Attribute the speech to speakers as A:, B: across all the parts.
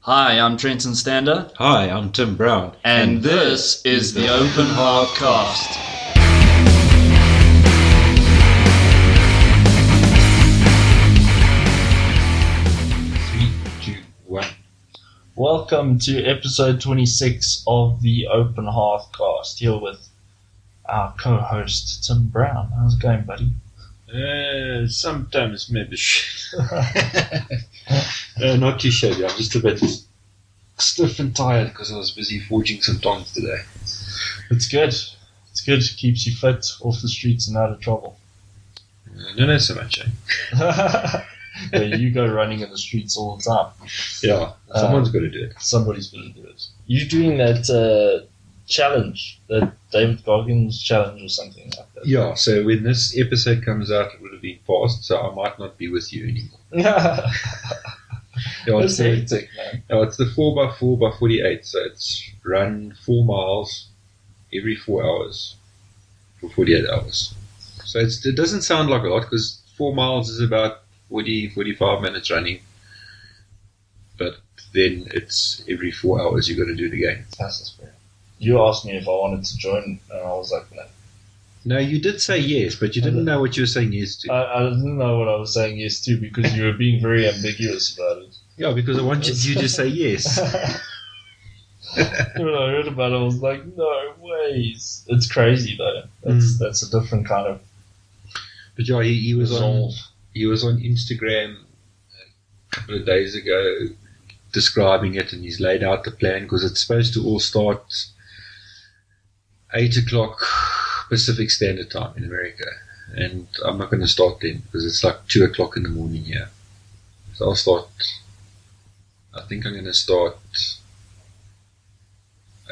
A: Hi, I'm Trenton Stander,
B: Hi, I'm Tim Brown.
A: and this is the Open Heart Cast.
B: Three, two, one.
C: Welcome to episode 26 of the Open Hearth Cast, here with our co host Tim Brown. How's it going, buddy?
D: Uh, sometimes maybe. uh, not too shabby. I'm just a bit stiff and tired because I was busy forging some tongs today.
C: It's good. It's good. Keeps you fit, off the streets, and out of trouble.
D: Uh, no, not so much. Eh?
C: yeah, you go running in the streets all the time.
D: Yeah,
C: Uh,
D: someone's got to do it.
C: Somebody's going to do it. You're doing that uh, challenge, that David Goggins challenge or something like that.
D: Yeah. So when this episode comes out, it would have been past, so I might not be with you anymore.
C: Yeah.
D: Yeah, it's,
C: That's
D: the,
C: hectic, man.
D: yeah, it's the four by four by forty-eight. So it's run four miles every four hours for forty-eight hours. So it's, it doesn't sound like a lot because four miles is about 40, 45 minutes running. But then it's every four hours you got to do it again.
C: That's just You asked me if I wanted to join, and I was like, no.
D: No, you did say yes, but you didn't know what you were saying yes to.
C: I, I didn't know what I was saying yes to because you were being very ambiguous about it.
D: yeah, because I wanted you to say yes.
C: when I heard about it, I was like, no ways. It's crazy though. That's
E: Hmm.
D: Mm.
C: that's a different kind of
D: But yeah, he, he was on
C: resolve.
D: he was on Instagram a couple of days ago describing it, and he's laid out the plan because it's supposed to all start eight o'clock Pacific Standard Time in America, and I'm not going to start then because it's like two o'clock in the morning here. So I'll start. I think I'm going to start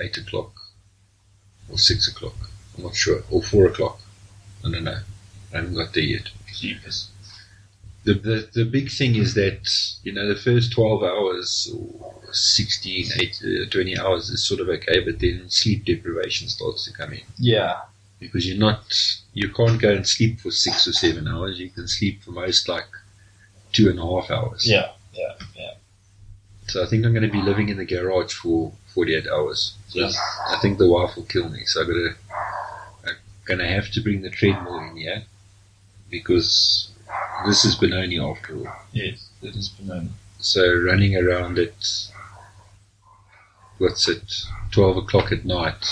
D: eight o'clock or six o'clock. I'm not sure, or four o'clock. I don't know. I haven't got there yet
C: Jesus.
D: the, the the big thing is that you know the first 12 hours or 16 eight, uh, 20 hours is sort of okay but then sleep deprivation starts to come in
C: Yeah.
D: because you're not you can't go and sleep for six or seven hours you can sleep for most like two and a half hours
C: Yeah. Yeah. Yeah.
D: so i think i'm going to be living in the garage for 48 hours so
C: Yeah.
D: i think the wife will kill me so i gotta i'm gonna have to bring the treadmill in yeah because this is benoni after all
C: Yes. It is banana.
D: So running around at what's it, twelve o'clock at night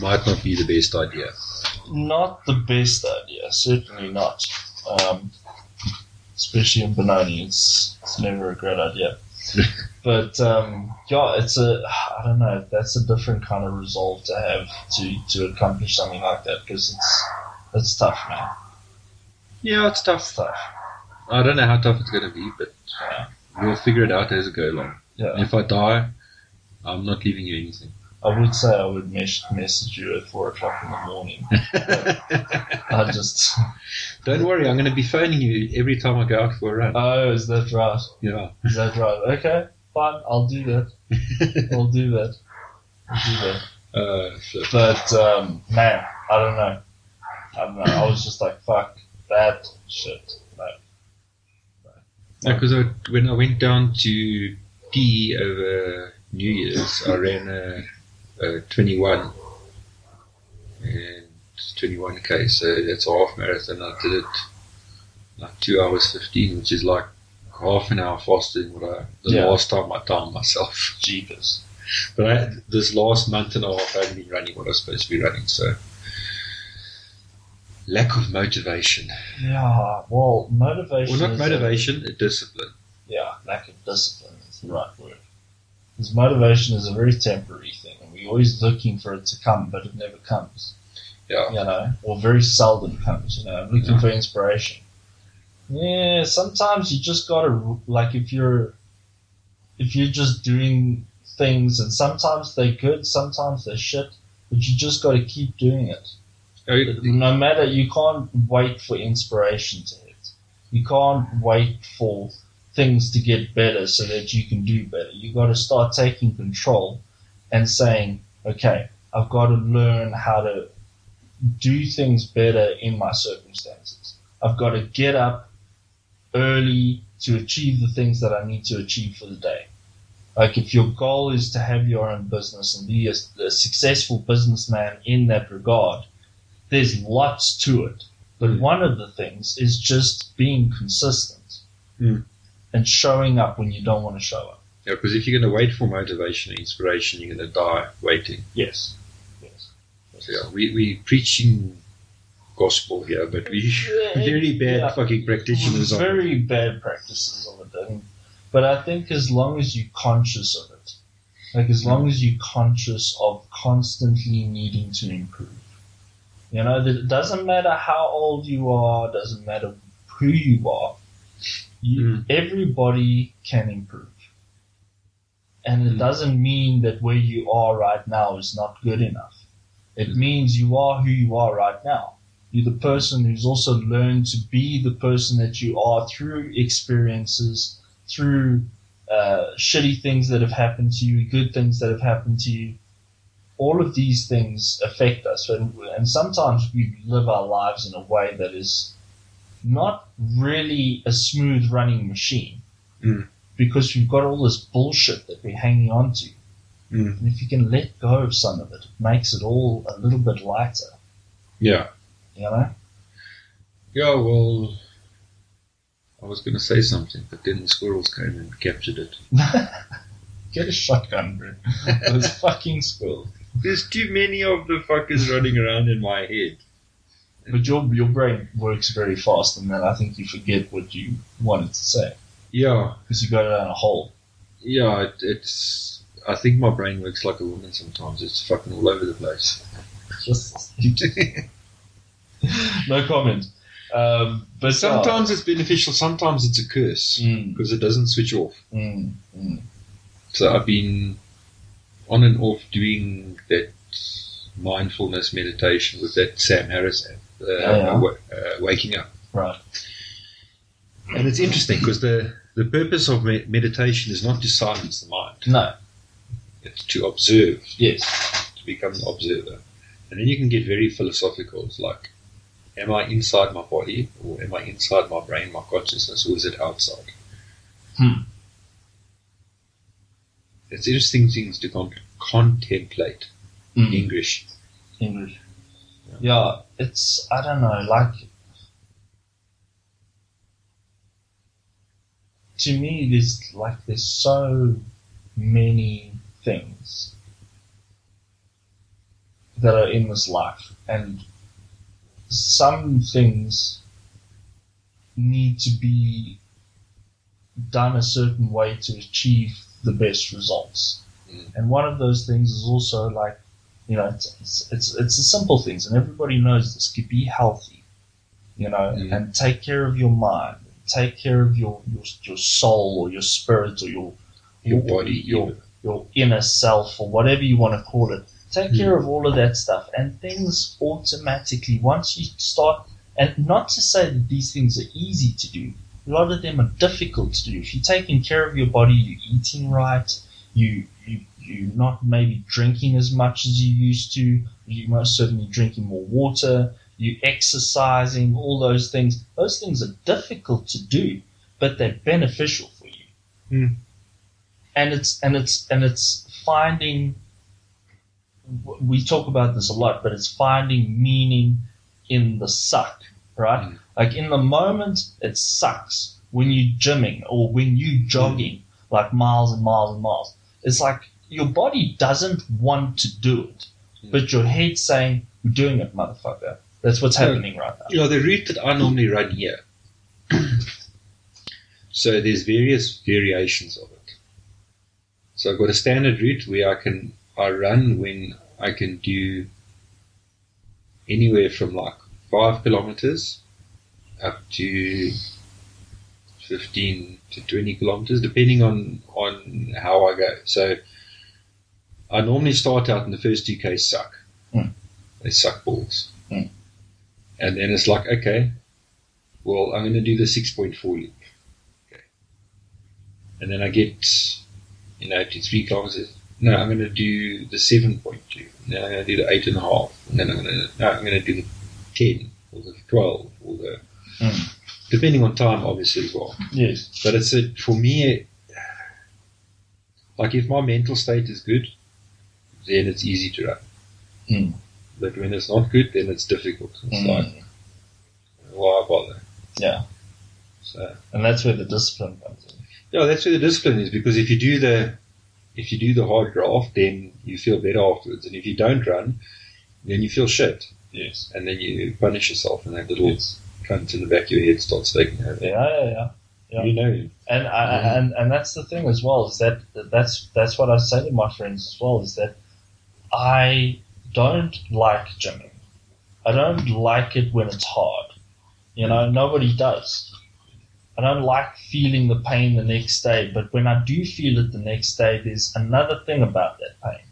D: might not be the best idea.
C: Not the best idea, certainly not. Um, especially in Benoni, it's, it's never a great idea. but um, yeah, it's a I don't know. That's a different kind of resolve to have to to accomplish something like that because it's it's tough, man.
D: Yeah, it's
C: It's
D: tough.
C: tough.
D: I don't know how tough it's gonna be, but
C: Yeah.
D: we'll figure it out as we go along. And
C: Yeah,
D: if I die, I'm not leaving you anything.
C: I would say I would mes- message you at four o'clock in the morning. I just
D: Don't worry, I'm gonna be phoning you every time I go out for a run.
C: oh, is that right?
D: Yeah.
C: Is that right? Okay, fine. I'll do that. I'll do that. I'll do that.
D: Uh, so,
C: But um, man, I don't know. I don't know. I was just like, fuck that shit. Like,
D: because I, when I went down to PE over New Year's, I ran a, a 21 and 21k, so that's a half marathon. I did it like two hours 15, which is like half an hour faster than what I the
C: Yeah.
D: last time I timed myself.
C: jeepers.
D: But I, this last month and a half, I haven't been running what I was supposed to be running, so lack of motivation.
C: Yeah. Well, motivation.
D: Well, not
C: is
D: motivation, discipline.
C: A, yeah, lack of discipline is the right word. Because motivation is a very temporary thing, and we're always looking for it to come, but it never comes.
D: Yeah.
C: You know, or very seldom comes. You know, I'm looking for inspiration. Yeah, sometimes you just gotta like if you're if you're just doing things, and sometimes they're good, sometimes they're shit, but you just gotta keep doing it.
D: Oh,
C: No matter, you can't wait for inspiration to hit. You can't wait for things to get better so that you can do better. You got to start taking control and saying, okay, I've got to learn how to do things better in my circumstances. I've got to get up early to achieve the things that I need to achieve for the day. Like if your goal is to have your own business and be a, a successful businessman in that regard, there's lots to it. But
D: Mm.
C: one of the things is just being consistent Hmm.
D: Mm.
C: and showing up when you don't want to show up.
D: Because if you're going to wait for motivation and inspiration, you're going to die waiting.
C: Yes. Yes.
D: So, yeah, we we preaching gospel here, but we very bad
C: Yeah.
D: fucking practitioners. of it.
C: very bad practices of it. And, but I think as long as you're conscious of it, like as long as you're conscious of constantly needing to improve, you know, that it doesn't matter how old you are, doesn't matter who you are, you,
D: Mm.
C: everybody can improve. And it
D: Mm.
C: doesn't mean that where you are right now is not good enough. It
D: Mm.
C: means you are who you are right now. You're the person who's also learned to be the person that you are through experiences, through uh, shitty things that have happened to you, good things that have happened to you. All of these things affect us, and, and sometimes we live our lives in a way that is not really a smooth running machine
D: Mm.
C: because we've got all this bullshit that we're hanging on to.
D: Mm.
C: And if you can let go of some of it, it makes it all a little bit lighter,
D: Yeah.
C: you know?
D: Yeah, well, I was going to say something, but then the squirrels came and captured it.
C: Get a shotgun, bro. Those fucking squirrels.
D: There's too many of the fuckers running around in my head.
C: But your, your brain works very fast, and then I think you forget what you wanted to say
D: Yeah,
C: because you go down a hole.
D: yeah, it, it's. I think my brain works like a woman sometimes. It's fucking all over the place.
C: Just, you just- no comment. Um, but
D: Sometimes it's beneficial, sometimes it's a curse
C: Mm,
D: because it doesn't switch off.
C: mm, mm.
D: So I've been on and off doing that mindfulness meditation with that Sam Harris app, uh,
C: yeah.
D: wa- uh, waking up.
C: Right.
D: And it's interesting because the, the purpose of me- meditation is not to silence the mind,
C: No.
D: it's to observe,
C: Yes.
D: to become an observer. And then you can get very philosophical. It's like, am I inside my body or am I inside my brain, my consciousness, or is it outside?
C: Hmm.
D: It's interesting things to con- contemplate in
C: Mm.
D: English.
C: English. Yeah, it's I don't know, like to me there's like there's so many things that are in this life and some things need to be done a certain way to achieve the best results.
D: Mm.
C: And one of those things is also like you know, it's it's it's, it's the simple things, and everybody knows this. Could be healthy, you know,
D: Mm.
C: and take care of your mind, take care of your your, your soul or your spirit or your
D: Your body,
C: your your inner self or whatever you want to call it. Take
D: Mm.
C: care of all of that stuff, and things automatically once you start. And not to say that these things are easy to do. A lot of them are difficult to do. If you're taking care of your body, you're eating right, you you you're not maybe drinking as much as you used to. You're most certainly drinking more water. You exercising, all those things. Those things are difficult to do, but they're beneficial for you.
D: Hmm.
C: And it's and it's and it's finding. w- We talk about this a lot, but it's finding meaning in the suck, right?
D: Hmm.
C: Like in the moment, it sucks when you're gymming or when you jogging, like miles and miles and miles it's like your body doesn't want to do it,
D: Yeah.
C: but your head's saying, "We're doing it, motherfucker." That's what's
D: Yeah.
C: happening right now.
D: you know, the route that I normally run here. so there's various variations of it. So I've got a standard route where I can I run when I can do anywhere from like five kilometers up to fifteen to twenty kilometers, depending on on how I go. So I normally start out in the first two Ks suck. Hmm.
C: Mm.
D: They suck balls. And then it's like, okay, well, I'm going to do the 6.4 loop. Okay. And then I get, you know, to three kilometers. No, I'm going to do the 7.2. And then I'm going to do the 8.5. And then I'm going to, no, I'm going to do the 10 or the 12 or the,
C: Mm.
D: depending on time, obviously, as well.
C: Yes.
D: But it's a, for me, Like if my mental state is good, then it's easy to run.
C: Mm.
D: But when it's not good, then it's difficult. It's
C: Mm.
D: like why bother?
C: Yeah.
D: So
C: And that's where the discipline comes in.
D: yeah, that's where the discipline is because if you do the if you do the hard graft, then you feel better afterwards, and if you don't run, then you feel shit,
C: Yes.
D: and then you punish yourself, and that little cunt in the back of your head starts taking over.
C: Yeah, yeah, yeah. Yeah.
D: You know him.
C: And I,
D: Yeah.
C: and and that's the thing as well is that that's that's what I say to my friends as well is that I don't like gymming. I don't like it when it's hard. You know, nobody does. I don't like feeling the pain the next day, but when I do feel it the next day, there's another thing about that pain.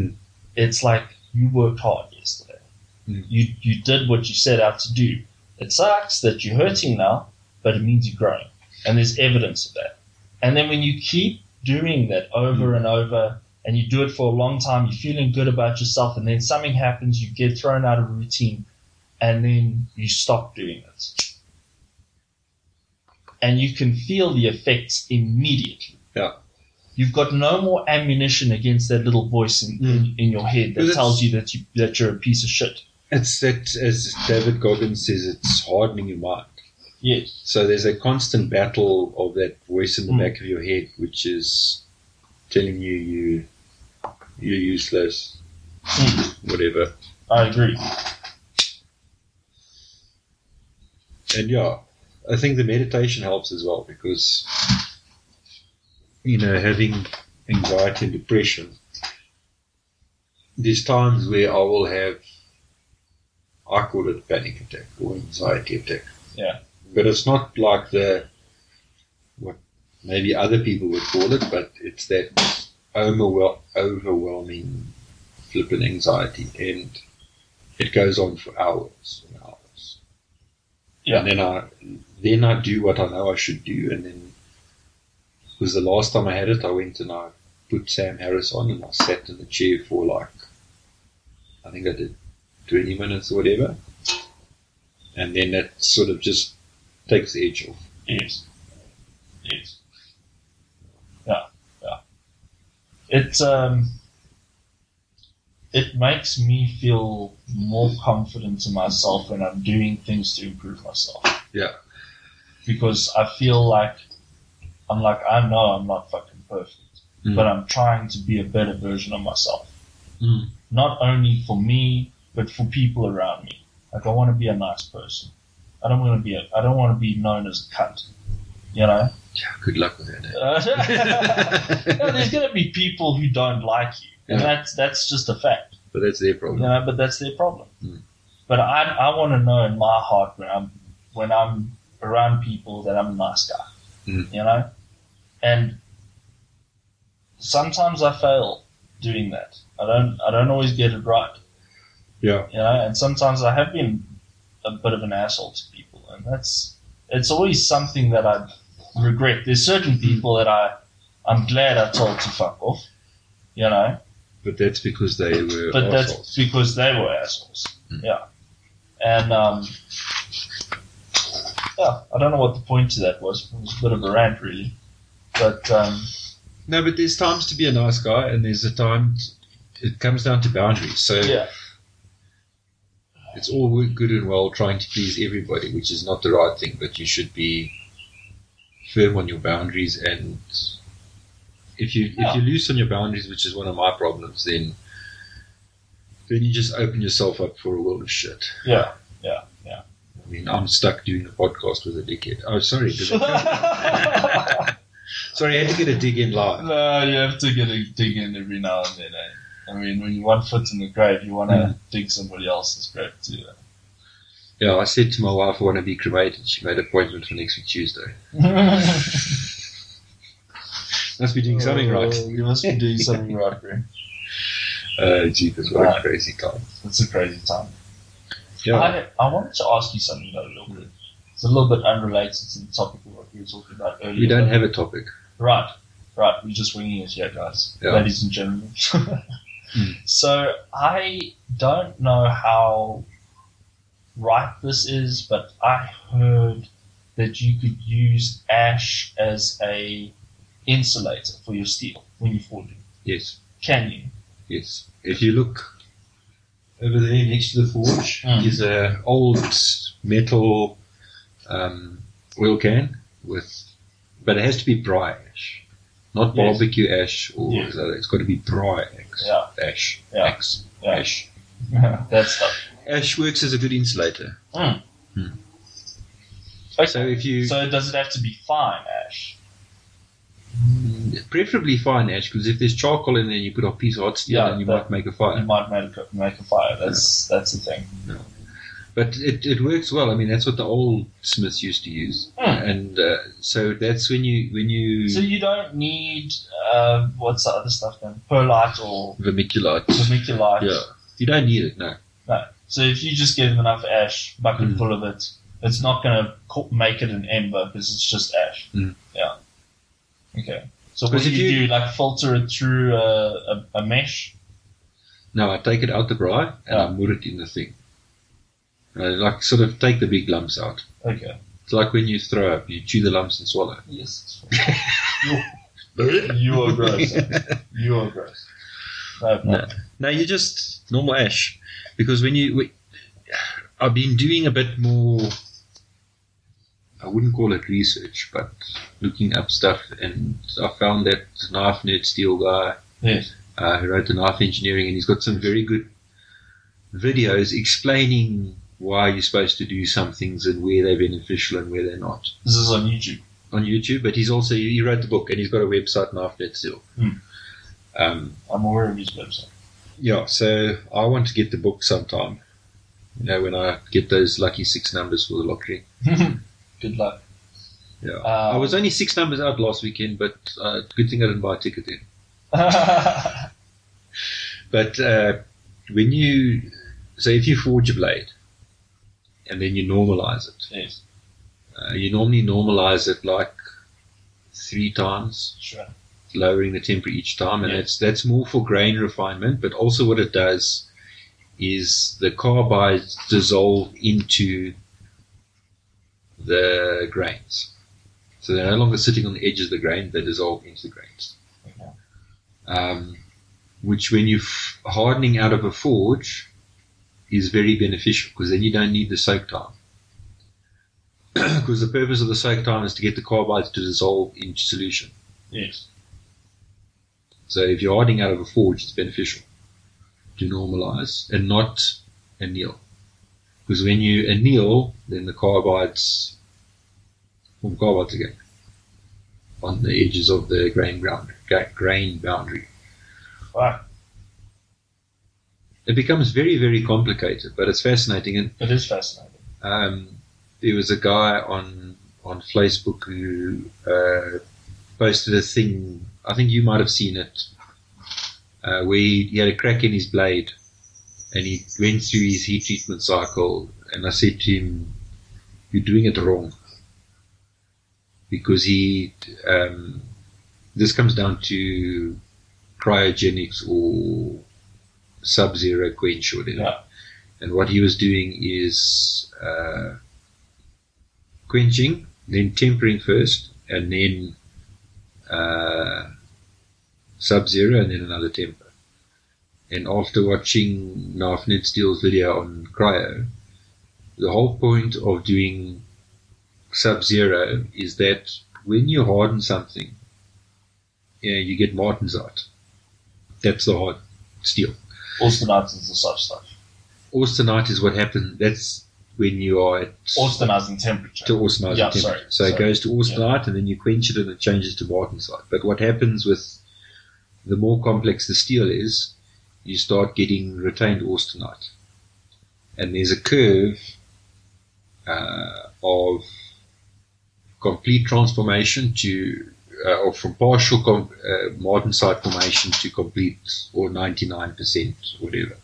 D: Mm.
C: It's like you worked hard yesterday.
D: Mm.
C: You you did what you set out to do. It sucks that you're hurting now, but it means you're growing and there's evidence of that. And then when you keep doing that over and over, and you do it for a long time, you're feeling good about yourself, and then something happens, you get thrown out of routine, and then you stop doing it. And you can feel the effects immediately.
D: Yeah.
C: You've got no more ammunition against that little voice in, in, in your head that
D: Because
C: tells you that you that you're a piece of shit.
D: It's that, as David Goggins says, it's hardening your mind.
C: Yes.
D: So there's a constant battle of that voice in the
C: Mm.
D: back of your head, which is telling you you you're useless,
C: Hmm.
D: whatever.
C: I agree.
D: And yeah, I think the meditation helps as well because you know having anxiety and depression, there's times where I will have I call it panic attack or anxiety attack.
C: Yeah.
D: but it's not like the what maybe other people would call it, but it's that overwhel- overwhelming flippant anxiety, and it goes on for hours and hours.
C: Yeah.
D: And then I then I do what I know I should do, and then because the last time I had it, I went and I put Sam Harris on, and I sat in the chair for like I think I did twenty minutes or whatever, and then that sort of just takes the edge off.
C: Yes. Yes. Yeah, yeah. It um it makes me feel more confident in myself when I'm doing things to improve myself.
D: Yeah.
C: Because I feel like I'm like I know I'm not fucking perfect,
D: Mm.
C: but I'm trying to be a better version of myself.
D: Mm.
C: Not only for me, but for people around me. Like I want to be a nice person. I don't want to be a, I don't want to be known as a cunt. You know.
D: Yeah, good luck with that.
C: Uh, no,
D: eh?
C: there's going to be people who don't like you, and
D: Yeah.
C: that's that's just a fact,
D: but that's their
C: you
D: problem.
C: know. But that's their problem.
D: Mm.
C: But I I want to know in my heart when I'm when I'm around people that I'm a nice guy,
D: Mm.
C: you know. And sometimes I fail doing that. I don't I don't always get it right,
D: Yeah,
C: you know. And sometimes I have been a bit of an asshole to people, and that's it's always something that I regret. There's certain people that I I'm glad I told to fuck off, you know.
D: but that's because they were
C: But that's
D: assholes.
C: because they were assholes.
D: Mm.
C: Yeah. And, um, yeah, I don't know what the point to that was. It was a bit of a rant, really. But, um,
D: No, but there's times to be a nice guy, and there's a time. T- it comes down to boundaries. So
C: yeah,
D: it's all good and well trying to please everybody, which is not the right thing. But you should be firm on your boundaries, and if you
C: Yeah.
D: if you loose on your boundaries, which is one of my problems, then then you just open yourself up for a world of shit.
C: yeah.
D: I mean, I'm stuck doing a podcast with a dickhead. Oh, sorry. did I- sorry, I had to get a dig in live.
C: no, you have to get a dig in every now and then, eh? I mean, when you want foot in the grave, you want to
D: Hmm.
C: dig somebody else's grave, too.
D: Yeah, I said to my wife I want to be cremated. She made an appointment for next week Tuesday.
C: eh?
D: Must be doing something right.
C: Oh, You must be doing something right, bro.
D: Oh, jeepers, what
C: Right.
D: a crazy time.
C: It's a crazy time.
D: Yeah.
C: I, I wanted to ask you something though, a little bit. It's a little bit unrelated to the topic of what we were talking about earlier.
D: We don't have a topic.
C: right, right. We're just winging it here, guys,
D: Yeah. Hmm.
C: ladies and gentlemen. So I don't know how right this is, but I heard that you could use ash as a insulator for your steel when you forge it?
D: Yes,
C: Can you?
D: yes. If you look over there next to the forge,
C: Mm.
D: is a old metal um, oil can with, but it has to be briar ash, not
C: Yes.
D: barbecue ash or
C: Yes.
D: the other. It's got to be briar ash.
C: Yeah.
D: Ash.
C: Yeah.
D: Axe.
C: Yeah.
D: Ash.
C: that stuff.
D: Ash works as a good insulator. So
C: Okay. So,
D: if you
C: does it have to be fine ash?
D: Mm, preferably fire ash, because if there's charcoal in there, you put a piece of hot steel,
C: Yeah,
D: and you might
C: that-
D: make a fire.
C: You might make a, make a fire. That's that's the thing.
D: But it, it works well. I mean, that's what the old Smiths used to use,
C: Hmm.
D: and uh, so that's when you when you
C: So you don't need uh, what's the other stuff then? Perlite or
D: vermiculite.
C: vermiculite.
D: Yeah, you don't need it. No,
C: No. So if you just give them enough ash, bucket
D: Mm.
C: full of it, it's not going to make it an ember because it's just ash.
D: Mm.
C: Yeah. Okay. So what
D: Because
C: do
D: if
C: you,
D: you-
C: do? Like filter it through a, a, a mesh?
D: no, I take it out the briar and I put it in the thing. I like sort of take the big lumps out.
C: Okay.
D: It's like when you throw up, you chew the lumps and swallow.
C: Yes. you are gross. You are gross. No,
D: No.
C: problem.
D: No, you just normal ash, because when you, we, I've been doing a bit more. I wouldn't call it research, but looking up stuff, and I found that knife nerd steel guy
C: Yes.
D: uh, who wrote the knife engineering, and he's got some very good videos explaining why you're supposed to do some things and where they're beneficial and where they're not
C: This is on YouTube.
D: on YouTube. But he's also he wrote the book and he's got a website, knife nerd steel.
C: Hmm.
D: Um,
C: I'm aware of his website.
D: yeah, so I want to get the book sometime. You know, when I get those lucky six numbers for the lottery.
C: Good luck.
D: Yeah.
C: Um,
D: I was only six numbers out last weekend, but uh, good thing I didn't buy a ticket then. But uh, when you, so if you forge a blade and then you normalize it,
C: yes.
D: uh, you normally normalize it like three times,
C: Sure.
D: lowering the temper each time, and
C: Yeah.
D: that's that's more for grain refinement. But also, what it does is the carbides dissolve into the grains, so they're no longer sitting on the edge of the grain; they dissolve into the grains.
C: Okay.
D: Um, which, when you're f- hardening out of a forge, is very beneficial because then you don't need the soak time. Because the purpose of the soak time is to get the carbides to dissolve into solution.
C: Yes.
D: So if you're hiding out of a forge, it's beneficial to normalize and not anneal. Because when you anneal, then the carbides form carbides again on the edges of the grain ground, gra- grain boundary.
C: Right.
D: It becomes very, very complicated, but it's fascinating. And
C: It is fascinating.
D: um, there was a guy on on Facebook who uh, posted a thing. I think you might have seen it, uh, where he, he had a crack in his blade, and he went through his heat treatment cycle. And I said to him, "You're doing it wrong," because he. Um, this comes down to cryogenics or sub-zero quench or whatever.
C: Yeah.
D: And what he was doing is uh, quenching, then tempering first, and then uh, sub zero, and then another temper. And after watching Knife Ned Steel's video on cryo, the whole point of doing sub zero is that when you harden something, yeah, you get martensite. That's the hard steel.
C: Austenite is the soft stuff.
D: Austenite is what happened. That's when you are at
C: Austenizing temperature.
D: to austenite
C: Yeah,
D: temperature.
C: sorry,
D: so it
C: sorry.
D: goes to austenite and then you quench it and it changes to martensite. But what happens with the more complex the steel is, you start getting retained austenite. And there's a curve uh, of complete transformation to, uh, or from partial com- uh, martensite formation to complete or 99%, whatever.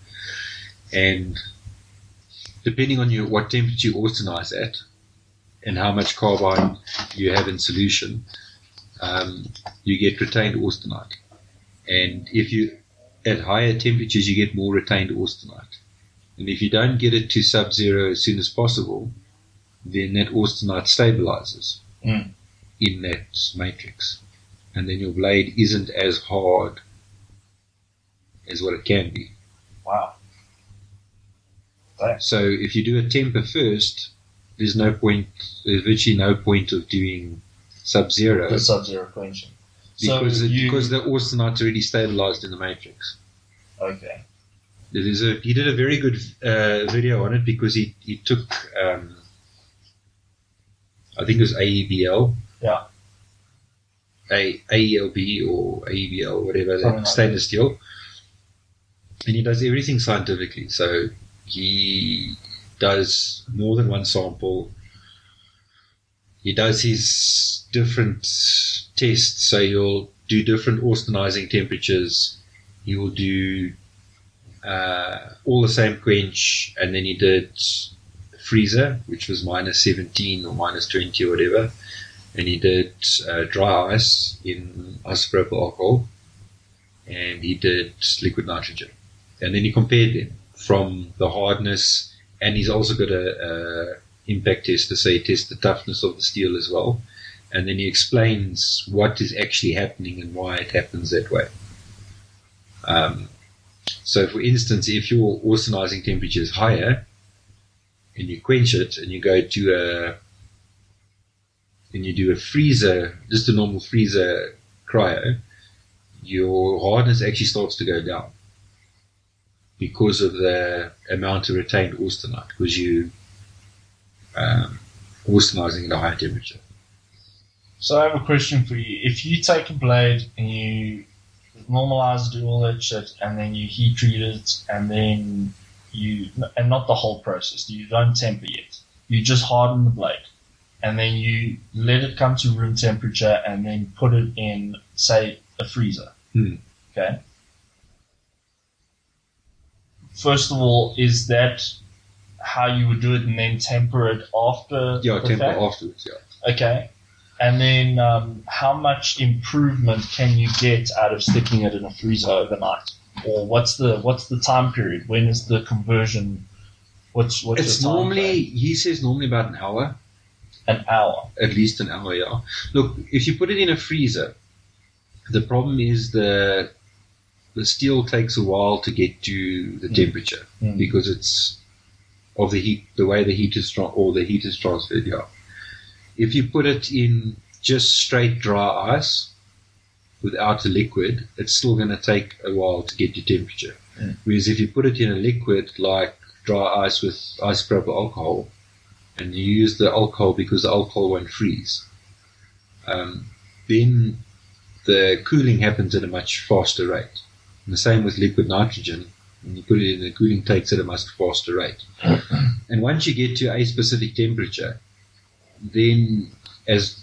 D: And depending on your, what temperature you austenize at, and how much carbide you have in solution, um, you get retained austenite. And if you at higher temperatures, you get more retained austenite. And if you don't get it to sub-zero as soon as possible, then that austenite stabilizes
C: Mm.
D: in that matrix. and then your blade isn't as hard as what it can be.
C: Wow.
D: So if you do a temper first, there's no point, there's virtually no point of doing sub zero
C: The Sub Zero quenching. So
D: because, it-
C: you-
D: because the austenite's already stabilized in the matrix.
C: Okay.
D: There's a, he did a very good uh, video on it because he, he took, um, I think it was AEBL.
C: Yeah.
D: A, AELB or AEBL, whatever,
C: Something like
D: that stainless steel. And he does everything scientifically. So he does more than one sample. He does his different tests. So you'll do different austenizing temperatures. He will do uh, all the same quench, and then he did freezer, which was minus 17 or minus 20 or whatever, and he did uh, dry ice in isopropyl alcohol, and he did liquid nitrogen. And then he compared them from the hardness, and he's also got a, a impact tester, so he tests the toughness of the steel as well. And then he explains what is actually happening and why it happens that way. Um, so, for instance, if your austenizing temperature is higher and you quench it and you go to a and you do a freezer, just a normal freezer cryo, your hardness actually starts to go down because of the amount of retained austenite because you um, austenizing at a higher temperature.
C: So I have a question for you. If you take a blade and you normalize, do all that shit, and then you heat treat it, and then you and not the whole process. You don't temper yet. You just harden the blade, and then you let it come to room temperature, and then put it in, say, a freezer.
D: Hmm.
C: Okay. First of all, is that how you would do it, and then temper it after?
D: Yeah,
C: the
D: temper
C: fact?
D: afterwards. Yeah.
C: Okay. And then um, how much improvement can you get out of sticking it in a freezer overnight? Or what's the what's the time period? When is the conversion? What's what's
D: It's
C: the time
D: normally he says normally about an hour.
C: frame? an hour.
D: at least an hour. Yeah. Look, if you put it in a freezer, the problem is the the steel takes a while to get to the
C: Mm.
D: temperature
C: Mm.
D: because it's of the heat, the way the heat is tra- or the heat is transferred. Yeah. If you put it in just straight dry ice without a liquid, it's still going to take a while to get to temperature.
C: Mm.
D: Whereas if you put it in a liquid like dry ice with isopropyl alcohol, and you use the alcohol because the alcohol won't freeze, um, then the cooling happens at a much faster rate. And the same with liquid nitrogen. When you put it in, the cooling takes at a much faster rate. and once you get to a specific temperature, then as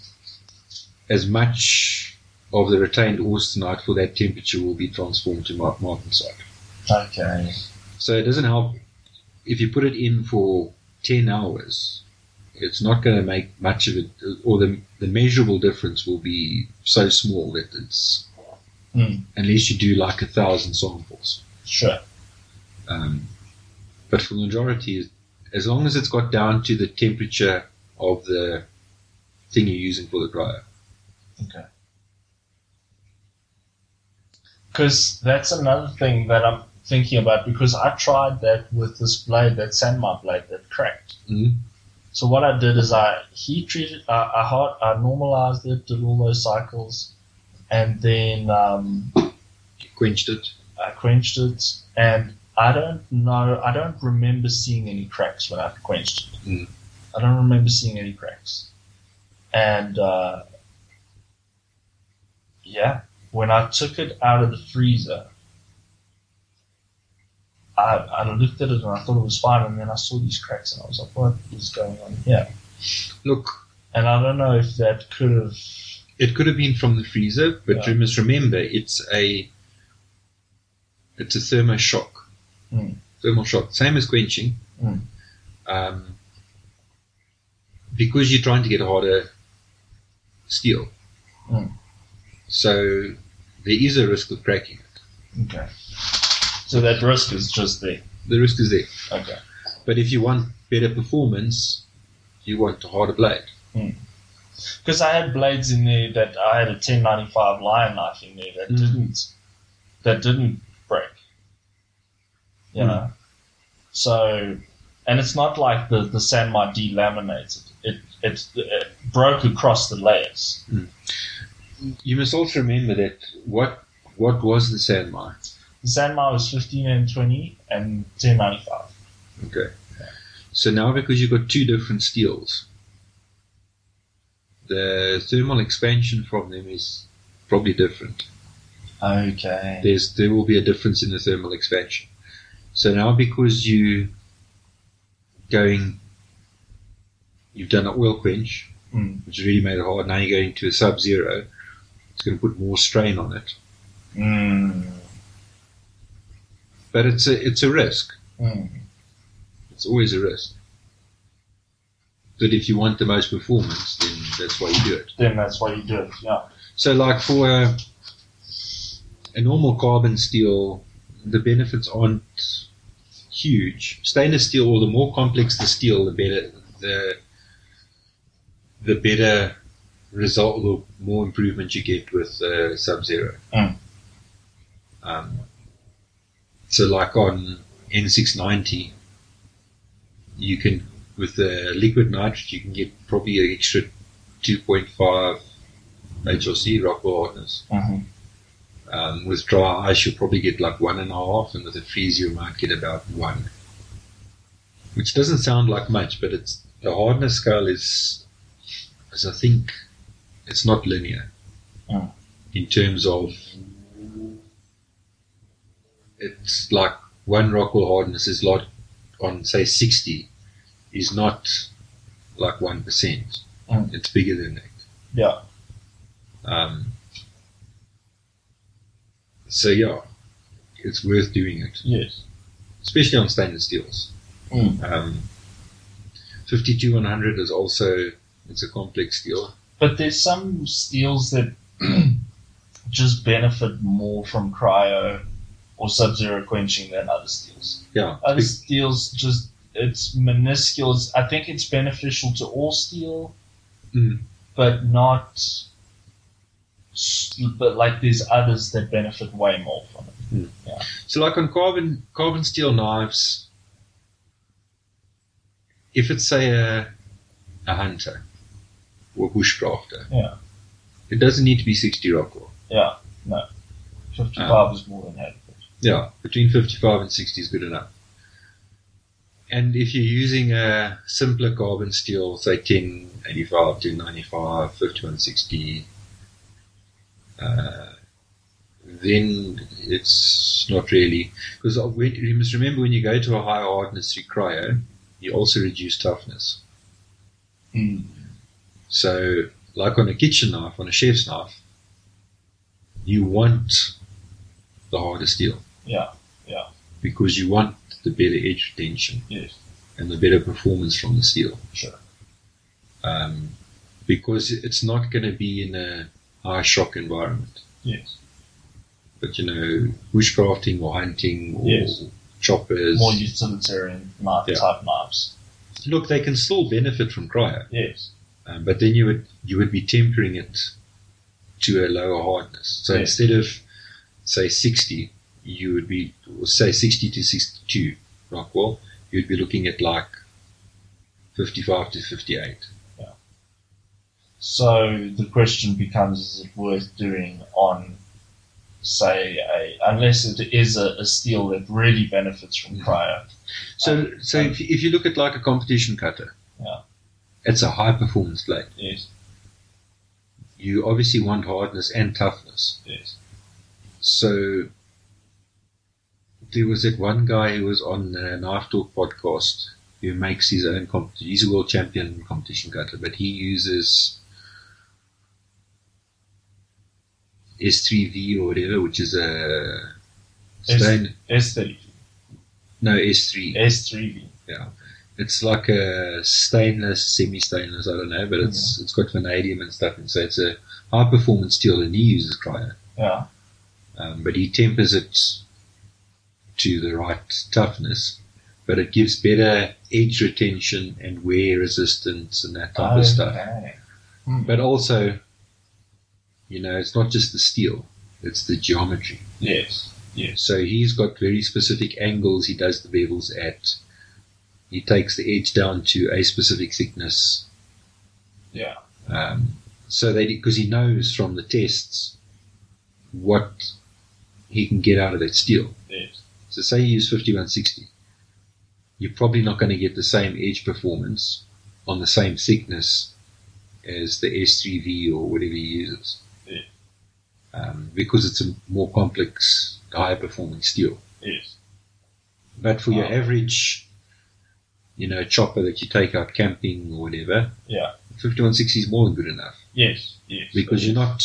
D: as much of the retained austenite for that temperature will be transformed to mar- martensite.
C: Okay.
D: So it doesn't help if you put it in for 10 hours. It's not going to make much of it, or the, the measurable difference will be so small that it's
C: Mm.
D: unless you do like a thousand samples.
C: Sure.
D: Um, but for the majority, as long as it's got down to the temperature of the thing you're using for the dryer,
C: Because that's another thing that I'm thinking about because I tried that with this blade, that sandmine blade that cracked.
D: mm
C: So what I did is I heat treated, I, I hard, I normalized it, did all those cycles, and then um,
D: you quenched it.
C: I uh, quenched it, and I don't know. I don't remember seeing any cracks when I quenched it.
D: Mm.
C: I don't remember seeing any cracks, and uh, yeah, when I took it out of the freezer, I, I looked at it and I thought it was fine, and then I saw these cracks, and I was like, "What is going on here?"
D: Look,
C: And I don't know if that could have.
D: It could have been from the freezer, but
C: Yeah.
D: you must remember it's a it's a thermo shock.
C: Mm.
D: Thermal shock, same as quenching.
C: Mm.
D: Um, because you're trying to get harder steel.
C: Mm.
D: So there is a risk of cracking.
C: Okay. So that risk is just there.
D: The risk is there.
C: Okay.
D: But if you want better performance, you want a harder blade.
C: Mm. Because I had blades in there that I had a 1095 lion knife in there that
D: Mm.
C: didn't that didn't break. You
D: Mm.
C: know, so and it's not like the the Sanmai delaminated. It it, it broke across the layers.
D: You must also remember that what what was the sand mine?
C: The Sanmai was 15 and 20 and 1095.
D: Okay. So now because you've got two different steels, the thermal expansion from them is probably different.
C: Okay.
D: There's there will be a difference in the thermal expansion. So now because you going you've done an oil quench,
C: Mm.
D: which has really made it hard, now you're going to a sub zero, it's gonna put more strain on it.
C: Mm.
D: But it's a it's a risk.
C: Mm.
D: It's always a risk. But if you want the most performance, then that's why you do it.
C: Then that's why you do it. Yeah.
D: So, like for a, a normal carbon steel, the benefits aren't huge. Stainless steel, well, the more complex the steel, the better the the better result, the more improvement you get with uh, Sub Zero.
C: Mm.
D: Um, so, like on N690, you can with the liquid nitrogen, you can get probably an extra 2.5 HLC rock wall hardness.
C: Mhm.
D: Um, with dry ice, you'll probably get like one and a half, and with a freeze, you might get about one. Which doesn't sound like much, but it's the hardness scale is, because I think it's not linear
C: Mm.
D: in terms of it's like one rock wall hardness is lot on say 60 is not like 1%.
C: Mm.
D: It's bigger than that.
C: Yeah.
D: Um, so yeah, it's worth doing it,
C: Yes.
D: especially on stainless steels.
C: Mm.
D: Um, 52 100 is also it's a complex steel.
C: But there's some steels that just benefit more from cryo or sub-zero quenching than other steels.
D: Yeah,
C: Other
D: it's
C: steels just it's minuscule. It's- I think it's beneficial to all steel,
D: Mm.
C: but not. s- But like there's others that benefit way more from it.
D: big. so like on carbon carbon steel knives. If it's say a, a hunter or bushcrafter,
C: Yeah.
D: it doesn't need to be 60 rockwell.
C: Fifty-five is more than adequate.
D: Yeah, between 55 and 60 is good enough. And if you're using a simpler carbon steel, say 1085, 1095, 5160, uh, then it's not really. Because you must remember when you go to a higher hardness through cryo, you also reduce toughness.
C: Mm.
D: So, like on a kitchen knife, on a chef's knife, you want the harder steel.
C: Yeah, yeah.
D: Because you want the better edge retention
C: Yes.
D: and the better performance from the steel.
C: Sure.
D: Um, because it's not going to be in a high shock environment.
C: Yes.
D: But you know, bushcrafting or hunting or
C: Yes.
D: choppers.
C: More utilitarian knife
D: Yeah.
C: type knives.
D: Look, they can still benefit from cryo,
C: Yes.
D: um, but then you would you would be tempering it to a lower hardness. So
C: Yeah.
D: instead of say 60, you would be or say 60 to 62 Rockwell, you'd be looking at like 55 to 58.
C: So the question becomes: Is it worth doing on, say, a unless it is a, a steel that really benefits from
D: Mhm.
C: cryo?
D: So, so if, if you look at like a competition cutter,
C: Um, Yeah.
D: it's a high performance plate.
C: Yes,
D: You obviously want hardness and toughness.
C: yes,
D: So there was that one guy who was on the Knife Talk podcast who makes his own competition. He's a world champion in competition cutter, but he uses S3V or whatever, which is a
C: S-
D: stone.
C: S thirty,
D: No, S3.
C: S three V.
D: It's like a stainless, semi-stainless. I don't know, but it's it's got vanadium and stuff, and so it's a high-performance steel, and he uses cryo,
C: Yeah,
D: um, but he tempers it to the right toughness, but it
C: Oh.
D: gives better edge retention and wear resistance and that type of stuff. Mm.
C: Okay.
D: But also, you know, it's not just the steel, it's the geometry.
B: Yes.
D: So he's got very specific angles he does the bevels at. He takes the edge down to a specific thickness.
B: Yeah.
D: Um, so they because he knows from the tests what he can get out of that steel.
B: Yes.
D: So say you use 5160, you're probably not going to get the same edge performance on the same thickness as the S3V or whatever he uses.
B: Yeah.
D: Um, because it's a more complex, higher performing steel.
B: Yes.
D: But for your
B: Ah.
D: average, you know, chopper that you take out camping or whatever,
B: Yeah.
D: 5160 is more than good enough
B: Yes. Yes.
D: because you're not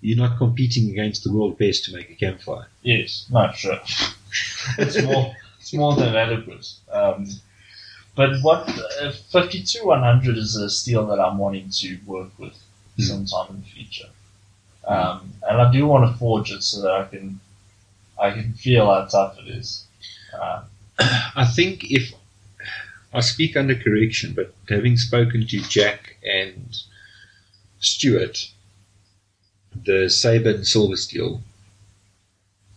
D: you're not competing against the world best to make a campfire.
B: Yes.
C: No, sure. It's more, it's more than adequate. Um, but what uh, 52100 is a steel that I'm wanting to work with
D: Mm.
C: sometime in the future, um, and I do want to forge it so that I can I can feel how tough it is. Uh,
D: I think if I speak under correction, but having spoken to Jack and Stuart, the saber and silver steel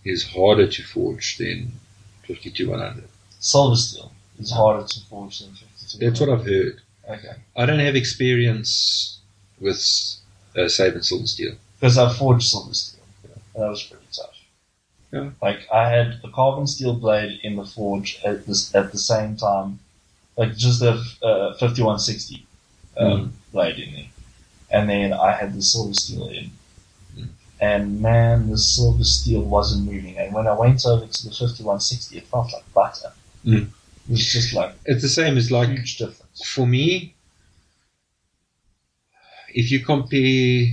D: is harder to forge than 52100.
C: silver steel is harder to forge than 52.
D: That's what I've heard.
C: Okay,
D: I don't have experience with uh, saber and silver steel.
C: because I forged silver steel. That was pretty tough.
D: Yeah.
C: Like I had the carbon steel blade in the forge at this at the same time, like just a uh, 5160 um,
D: Mm.
C: blade in there, and then I had the silver steel in.
D: Mm.
C: And man, the silver steel wasn't moving. And when I went over to the 5160, it felt like butter.
D: Mm.
C: It was just like
D: It's the same as like
C: huge difference.
D: for me, if you compare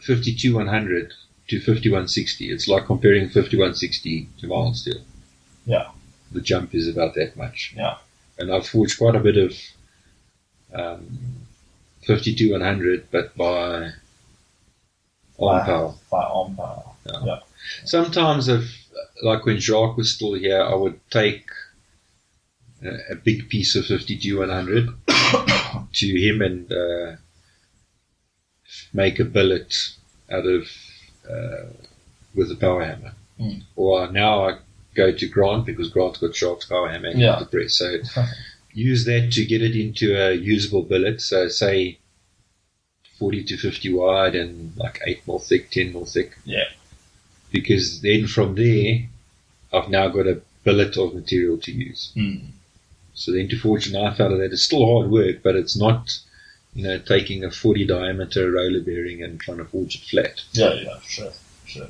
D: 52100 to 5160, it's like comparing 5160 to Marlon Steel.
C: Yeah.
D: The jump is about that much.
C: Yeah.
D: And I've forged quite a bit of um, 52100, but by arm
C: Wow.
D: power.
C: By arm power.
D: Sometimes, if like when Jacques was still here, I would take a, a big piece of 52100 to him and uh, make a billet out of uh, with a power hammer.
C: Mm.
D: Or now I go to Grant because Grant's got Jacques' power hammer and
C: Yeah.
D: the press. So use that to get it into a usable billet. So say 40 to 50 wide and like 8 more thick, 10 more thick because then from there, I've now got a billet of material to use.
C: Mm.
D: So then to forge a knife out of that is still hard work, but it's not, you know, taking a 40 diameter roller bearing and trying to forge it flat.
C: Yeah, yeah, sure, sure.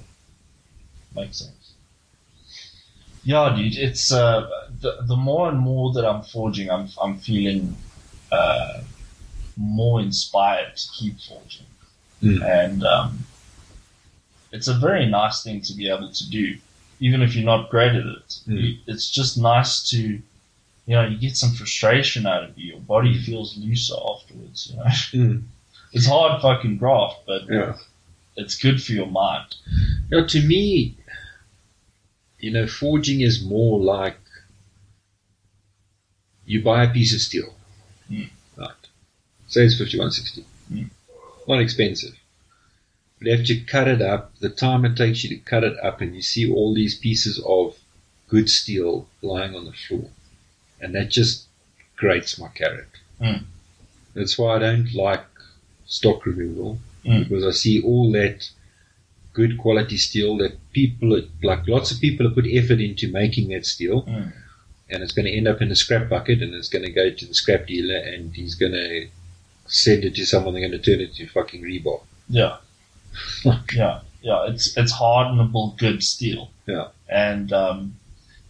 C: Makes sense. Yeah, dude, it's uh, the the more and more that I'm forging, I'm I'm feeling uh, more inspired to keep forging,
D: Mm.
C: and um, it's a very nice thing to be able to do, even if you're not great at it.
D: Mm.
C: You- It's just nice to, you know, you get some frustration out of you. Your body feels looser afterwards. You know, it's hard fucking graft, but
D: Yeah.
C: it's good for your mind.
D: Now, to me, you know, forging is more like you buy a piece of steel,
C: Mm.
D: right? Say it's fifty-one sixty,
C: Mm.
D: not expensive. But after you cut it up, the time it takes you to cut it up, and you see all these pieces of good steel lying on the floor, and that just grates my carrot.
C: Mm.
D: That's why I don't like stock removal
C: Mm.
D: because I see all that good quality steel that people like lots of people have put effort into making that steel
C: Mm.
D: and it's going to end up in a scrap bucket and it's going to go to the scrap dealer and he's going to send it to someone they're going to turn it to fucking rebar
C: Yeah. yeah. Yeah. It's it's hardenable good steel.
D: Yeah.
C: And um,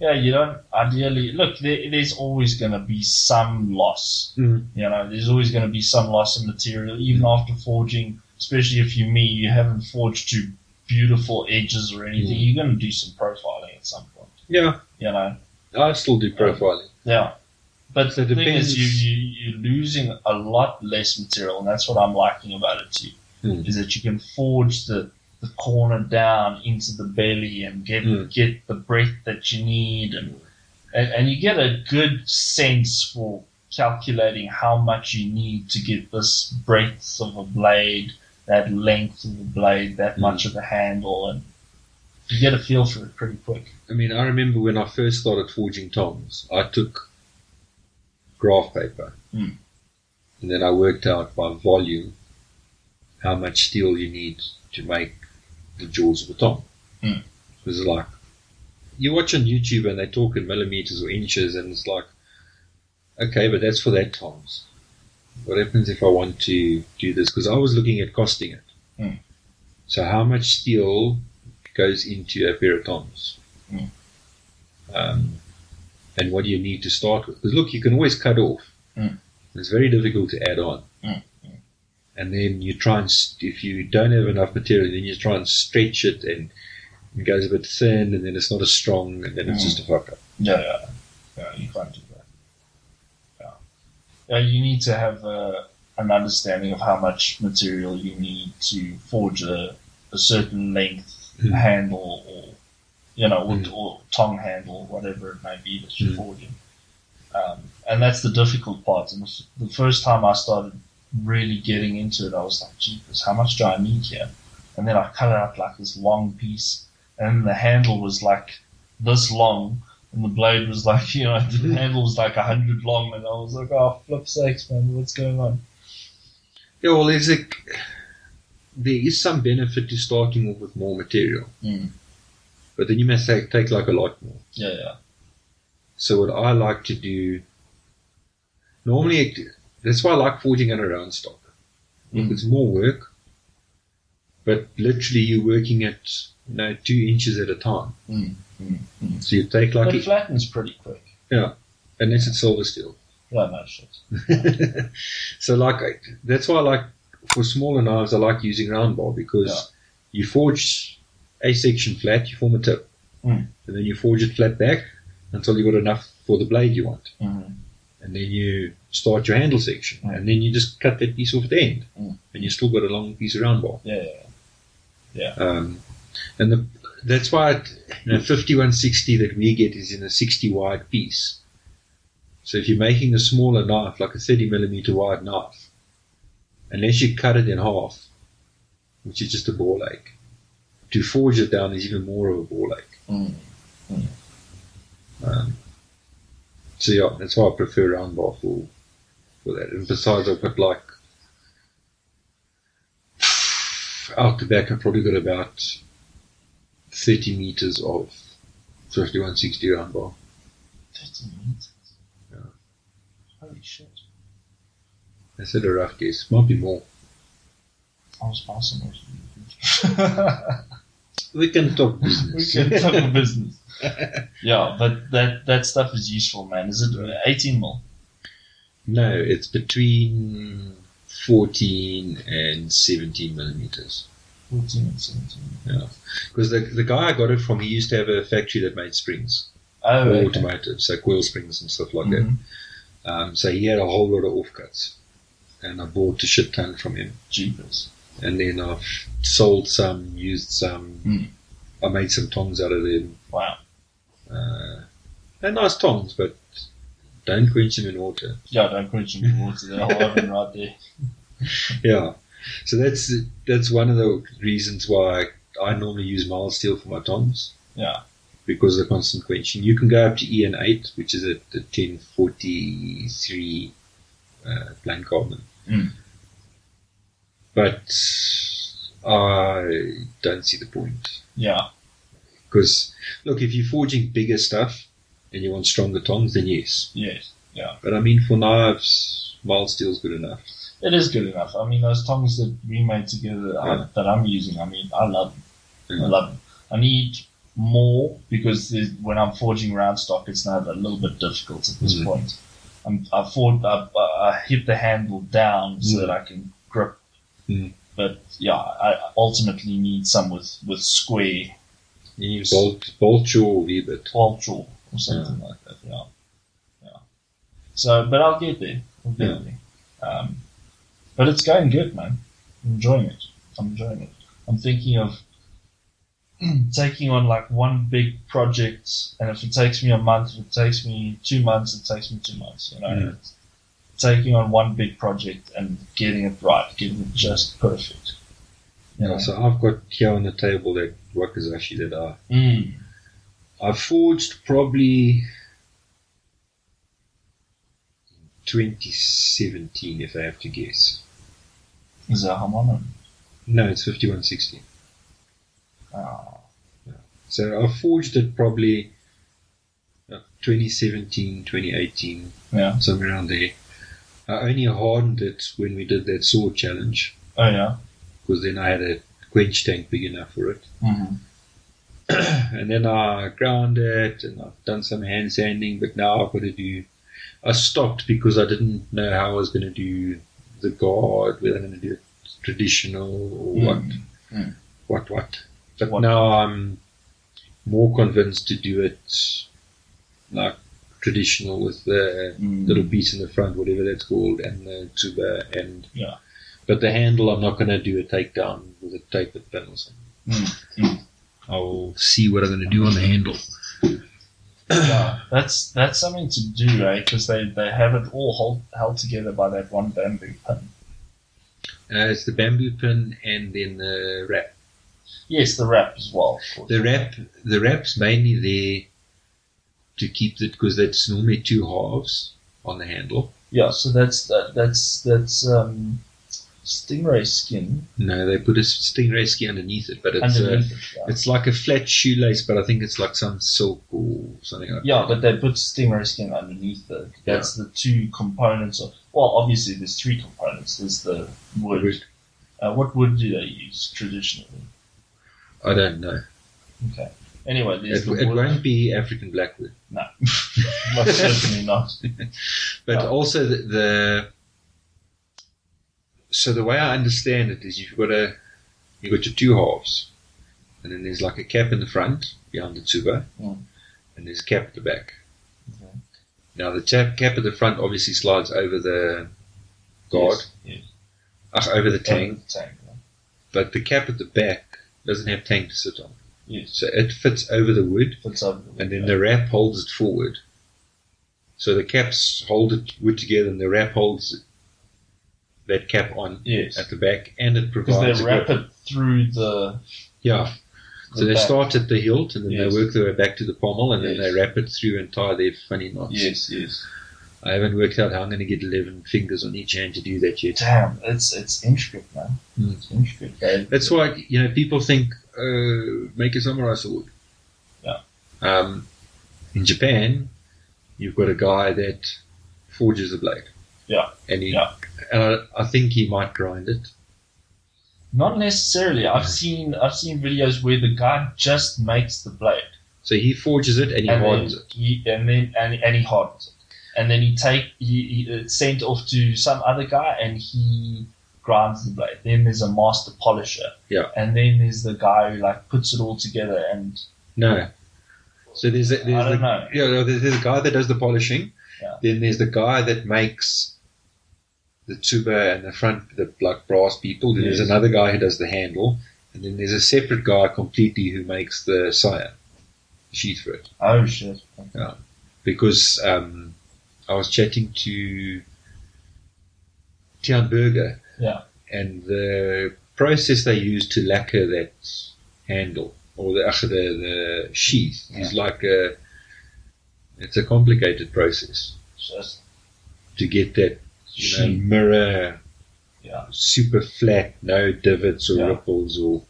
C: yeah, you don't ideally look. There, there's always going to be some loss.
D: Mm.
C: You know, there's always going to be some loss in material, even after forging. Especially if you me, you haven't forged to beautiful edges or anything. You're going to do some profiling at some point.
D: yeah
C: You know.
D: I still do profiling
C: Yeah. But
D: So
C: the thing
D: depends-
C: is, you, you, you're losing a lot less material, and that's what I'm liking about it too,
D: Hmm.
C: is that you can forge the, the corner down into the belly and get
D: Hmm.
C: get the breadth that you need, and, and and you get a good sense for calculating how much you need to get this breadth of a blade, that length of the blade,
D: Hmm.
C: that much of the handle, and you get a feel for it pretty quick.
D: I mean, I remember when I first started forging tongs, I took graph paper
C: Mm.
D: and then I worked out by volume how much steel you need to make the jaws of a tong.
C: Mm.
D: It was like, you watch on YouTube and they talk in millimeters or inches, and it's like, okay, but that's for that tongs. What happens if I want to do this? Because I was looking at costing it.
C: Mm.
D: So, how much steel goes into a pair of tongs?
C: Mm.
D: Um, and what do you need to start with? Because look, you can always cut off.
C: Mm.
D: It's very difficult to add on.
C: Mm,
D: And then you try and, st- if you don't have enough material, then you try and stretch it and it goes a bit thin and then it's not as strong and then it's
C: Mm.
D: just a fuck up.
C: Yeah, yeah, yeah. You can't do that. Yeah, yeah. You need to have a, an understanding of how much material you need to forge a, a certain length
D: Mm.
C: handle, or you know, or,
D: Mm.
C: or tongue handle, whatever it may be that you're
D: Mm.
C: forging. Um, and that's the difficult part. And the, f- the first time I started really getting into it, I was like, "Jesus, how much do I need here?" And then I cut out like this long piece, and the handle was like this long, and the blade was like, you know, the
D: Mm.
C: handle was like a hundred long, and I was like, oh, flip sakes, man, what's going on?
D: Yeah, well, there's a, there is some benefit to starting off with more material,
C: Mm.
D: but then you must take, take like a lot more.
C: Yeah, yeah.
D: So what I like to do, normally, it, that's why I like forging on a round stock.
C: Mm.
D: It's more work, but literally you're working at you know, two inches at a time.
C: Mm, mm, mm.
D: So you take
C: But
D: like,
C: it flattens pretty quick.
D: unless it's silver steel.
C: Yeah, no shit.
D: so like I- that's why I like for smaller knives I like using round bar because you forge a section flat, you form a tip,
C: Mm.
D: and then you forge it flat back until you've got enough for the blade you want,
C: Mm-hmm.
D: and then you start your handle section,
C: Mm.
D: and then you just cut that piece off at the end,
C: Mm.
D: and you still got a long piece of round bar.
C: Yeah, yeah.
D: Um, and the, that's why it, you know, 5160 that we get is in a 60 wide piece. So if you're making a smaller knife, like a 30 millimeter wide knife, unless you cut it in half, which is just a ball ache, to forge it down is even more of a ball ache.
C: Mm.
D: Um, so yeah, that's why I prefer round bar for, for that. And besides, I've got like out the back, I've probably got about 30 meters of 5160 round bar.
C: 30 meters.
D: Yeah.
C: Holy shit.
D: That's at a rough guess. Might be more.
C: I was passing off.
D: We can talk
C: we
D: business.
C: can talk business. Yeah, but that, that stuff is useful, man. Is it 18 mil?
D: no, it's between 14 and 17 millimeters.
C: 14 and 17.
D: Because the, the guy I got it from, he used to have a factory that made springs,
C: Oh,
D: all
C: okay.
D: automotive, so coil springs and stuff like
C: Mhm.
D: that. Um, so he had a whole lot of offcuts. And I bought a shit ton from him.
C: Jeepers.
D: And then I've sold some, used some.
C: Mm.
D: I made some tongs out of them.
C: Wow.
D: Uh, they're nice tongs, but don't quench them in water.
C: Yeah, don't question me water. They're all open right there.
D: Yeah. So that's that's one of the reasons why I normally use mild steel for my tongs.
C: Yeah.
D: Because of the constant quenching. You can go up to EN8, which is at the 1043 uh, plain carbon.
C: Mm.
D: But I don't see the point.
C: Yeah.
D: Because, look, if you're forging bigger stuff and you want stronger tongs, then yes.
C: Yes.
D: But I mean, for knives, mild steel's good enough.
C: It is good enough. I mean, those tongs that we made together uh, that I'm using, I mean, I love them. I
D: Mm.
C: love them. I need more because there's- when I'm forging round stock, it's now a little bit difficult at this
D: Mm.
C: point. I'm, I, forged, I, I hit the handle down so
D: Mm.
C: that I can grip.
D: Mm.
C: But yeah, I ultimately need some with, with square
D: You bolt, bolt your V-bit.
C: twelve jaw or something like that. Yeah, yeah. So, but I'll get there. I'll get
D: Yeah.
C: there. Um, but it's going good, man. I'm enjoying it. I'm enjoying it. I'm thinking of taking on like one big project, and if it takes me a month, if it takes me two months, it takes me two months. You know,
D: Yeah.
C: it's, taking on one big project and getting it right, getting it just perfect. You
D: Yeah,
C: know,
D: so I've got here on the table that Wakazashi that I
B: Mm.
D: I forged probably 2017 if I have to guess.
C: is a harmonic.
D: No, it's 5116.
C: Oh,
D: So I forged it probably uh, 2017, 2018,
C: yeah.
D: somewhere around there. I only hardened it when we did that sword challenge
C: Oh, yeah.
D: because then I had a quench tank big enough for it.
C: Mm.
D: and then I ground it and I've done some hand sanding, but now I've got to do. I stopped because I didn't know how I was going to do the guard, whether I'm going to do it traditional or
C: Mm.
D: what,
C: Mm.
D: what, what. But
C: What?
D: now I'm more convinced to do it like traditional with the
C: Mm.
D: little piece in the front, whatever that's called, and the tuba and.
C: Yeah.
D: But the handle, I'm not going to do a takedown with a tapered pin or something.
C: Mm, mm.
D: Hmm. I'll see what I'm going to do on the handle.
C: yeah, that's that's something to do, right? Because they, they have it all hold, held together by that one bamboo pin.
D: Uh, it's the bamboo pin and then the wrap.
C: Yes, the wrap as well. of course.
D: The wrap, the wrap's mainly there to keep it because that's normally two halves on the handle.
C: Yeah, so that's that, that's that's um, stingray skin
D: No, they put a stingray skin underneath it, but it's uh
C: underneath it. Yeah.
D: it's like a flat shoelace, but I think it's like some silk or something like
C: Yeah,
D: that.
C: but they put stingray skin underneath it. That's the two components of. Well, obviously, there's three components. There's the wood.
D: Wood.
C: Uh, what wood do they use traditionally?
D: I don't know.
C: Okay. Anyway, there's
D: It,
C: the
D: it
C: wood.
D: won't be African blackwood,
C: No, most certainly not.
D: but
C: Oh.
D: also the, the. So the way I understand it is, you've got a, you've got your two halves, and then there's like a cap in the front behind the tuba,
C: Mm.
D: and there's a cap at the back.
C: Okay.
D: Now the tap, cap at the front obviously slides over the guard,
C: Yes, yes.
D: ugh, over the tank,
C: Tank. yeah.
D: but the cap at the back doesn't have tank to sit on,
C: Yes.
D: so it fits over the wood,
C: Fits over the wood.
D: and then the wrap holds it forward. So the caps hold it wood together, and the wrap holds that cap on
C: Yes.
D: at the back, and it
C: Because
D: provides.
C: they
D: a
C: wrap
D: grip.
C: it through the.
D: Yeah.
C: the
D: So they
C: back.
D: start at the hilt, and then
C: Yes.
D: they work their way back to the pommel, and then
C: Yes.
D: they wrap it through and tie their funny knots.
C: Yes, yes.
D: I haven't worked out how I'm going to get eleven fingers on each hand to do that yet.
C: Damn, it's it's intricate, man.
D: Mm.
C: It's intricate. They-
D: That's why you know people think uh, make a samurai sword.
C: Yeah.
D: Um, in Japan, you've got a guy that forges a blade.
C: Yeah.
D: And he,
C: Yeah.
D: and I, I think he might grind it.
C: Not necessarily. I've seen I've seen videos where the guy just makes the blade
D: So he forges it and he
C: and
D: hardens
C: then
D: it.
C: he and then and, and he hardens it, and then he take he, he it's sent off to some other guy and he grinds the blade. Then there's a master polisher.
D: Yeah.
C: And then there's the guy who like puts it all together and
D: No. So there's a, there's
C: I
D: the,
C: don't know.
D: yeah, no, there's, there's a guy that does the polishing.
C: Yeah.
D: Then there's the guy that makes the tuba and the front, the like brass people. Then
C: Yes.
D: There's another guy who does the handle, and then there's a separate guy completely who makes the sire, sheath for it.
C: Oh shit.
D: Because um, I was chatting to Tian Berger,
C: Yeah.
D: and the process they use to lacquer that handle or the ach, the, the sheath is like a it's a complicated process
C: Just
D: to get that you know,
C: Sheath.
D: mirror
C: Yeah.
D: super flat, no divots or
C: Yeah.
D: ripples or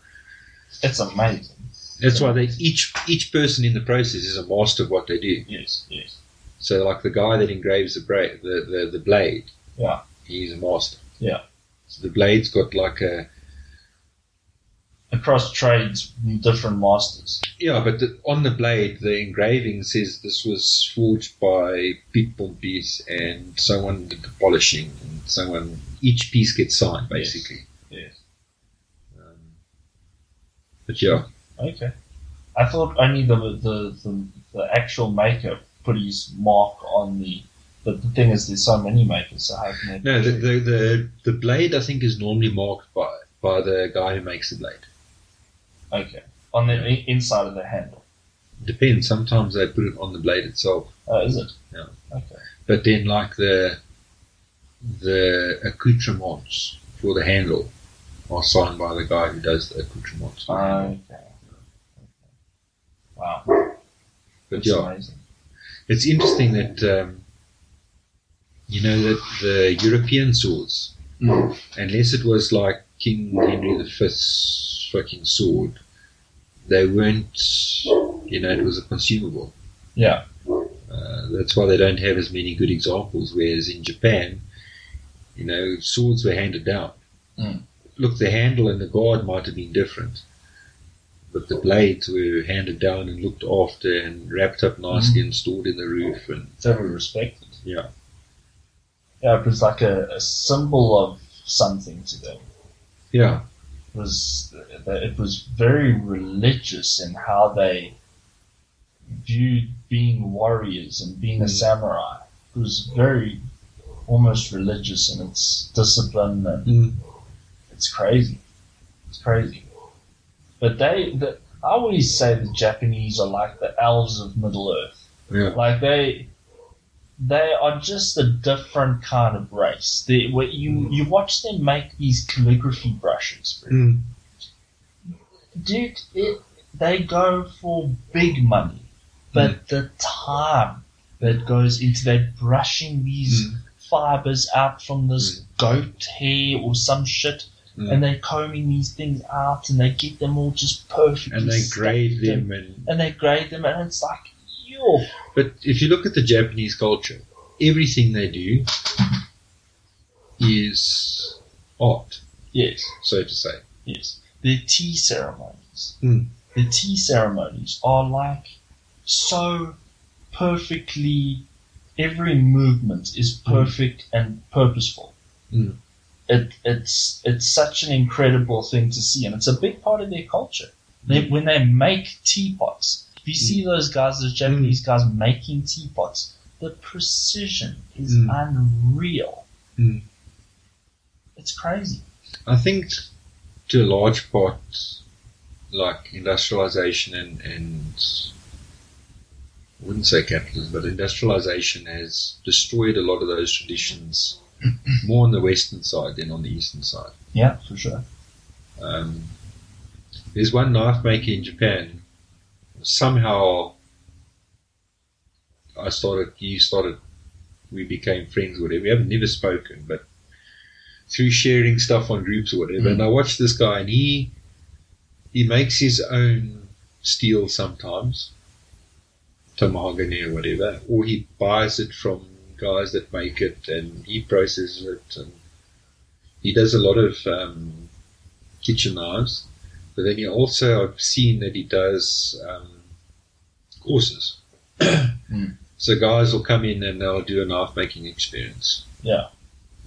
C: it's amazing.
D: that's why they each each person in the process is a master of what they do.
C: Yes, yes.
D: So like the guy that engraves the bra- the, the, the blade,
C: Yeah.
D: he's a master.
C: Yeah.
D: So the blade's got like a
C: Across trades different masters.
D: yeah, but the, on the blade the engraving says this was forged by Pete Pompies and someone did the polishing and someone each piece gets signed
C: Yes.
D: basically.
C: Yes.
D: Um, but yeah,
C: Okay. I thought only the the, the, the actual maker put his mark on the. But the thing is, there's so many makers, so how can they?
D: No, the, the, the, the blade I think is normally marked by, by the guy who makes the blade.
C: Okay. On the i- inside of the handle.
D: Depends. Sometimes they put it on the blade itself,
C: Oh, is it?
D: Yeah.
C: Okay.
D: but then like the the accoutrements for the handle are signed by the guy who does the accoutrements. for the handle.
C: Okay. Wow.
D: But
C: That's
D: yeah,
C: amazing.
D: It's interesting that um, you know that the European swords,
B: Mm.
D: unless it was like King Henry V's fucking sword, they weren't. You know, it was a consumable.
C: Yeah.
D: Uh, that's why they don't have as many good examples. Whereas in Japan, you know, swords were handed down.
C: Mm.
D: Look, the handle and the guard might have been different, but the blades were handed down and looked after and wrapped up nicely and stored in the roof and
C: It's very respected.
D: Yeah.
C: Yeah, it was like a, a symbol of something to them.
D: Yeah,
C: It was it was very religious in how they viewed being warriors and being a
D: Mm.
C: samurai. It was very almost religious in its discipline and It's crazy. It's crazy. But they, the, I always say the Japanese are like the elves of Middle Earth.
D: yeah,
C: Like they, they are just a different kind of race. They, where you you watch them make these calligraphy brushes, bro. dude. It, they go for big money, but
D: Mm.
C: the time that goes into that brushing these
D: Mm.
C: fibers out from this goat hair or some shit,
D: Mm.
C: and they're combing these things out and they get them all just perfect.
D: and they grade them. And
C: And they grade them, and it's like, yo,
D: but if you look at the Japanese culture, everything they do is art,
C: yes,
D: so to say.
C: yes. The tea ceremonies,
D: Mm.
C: the tea ceremonies are like so perfectly. Every movement is perfect and purposeful.
D: Mm.
C: It, it's it's such an incredible thing to see, and it's a big part of their culture. They, when they make teapots, if you see those guys, those Japanese guys making teapots, the precision is
D: Mm.
C: unreal.
D: Mm.
C: It's crazy.
D: I think to a large part, like industrialization and, and I wouldn't say capitalism, but industrialization has destroyed a lot of those traditions more on the western side than on the eastern side.
C: Yeah, for sure.
D: Um, there's one knife maker in Japan. Somehow, I started. You started. We became friends, or whatever. We haven't never spoken, but through sharing stuff on groups or whatever. And I watched this guy, and he he makes his own steel sometimes, mahogany or whatever, or he buys it from guys that make it, and he processes it, and he does a lot of. Um, kitchen knives, but then you also have seen that he does um, courses.
C: Hmm.
D: So guys will come in and they'll do a knife making experience.
C: Yeah.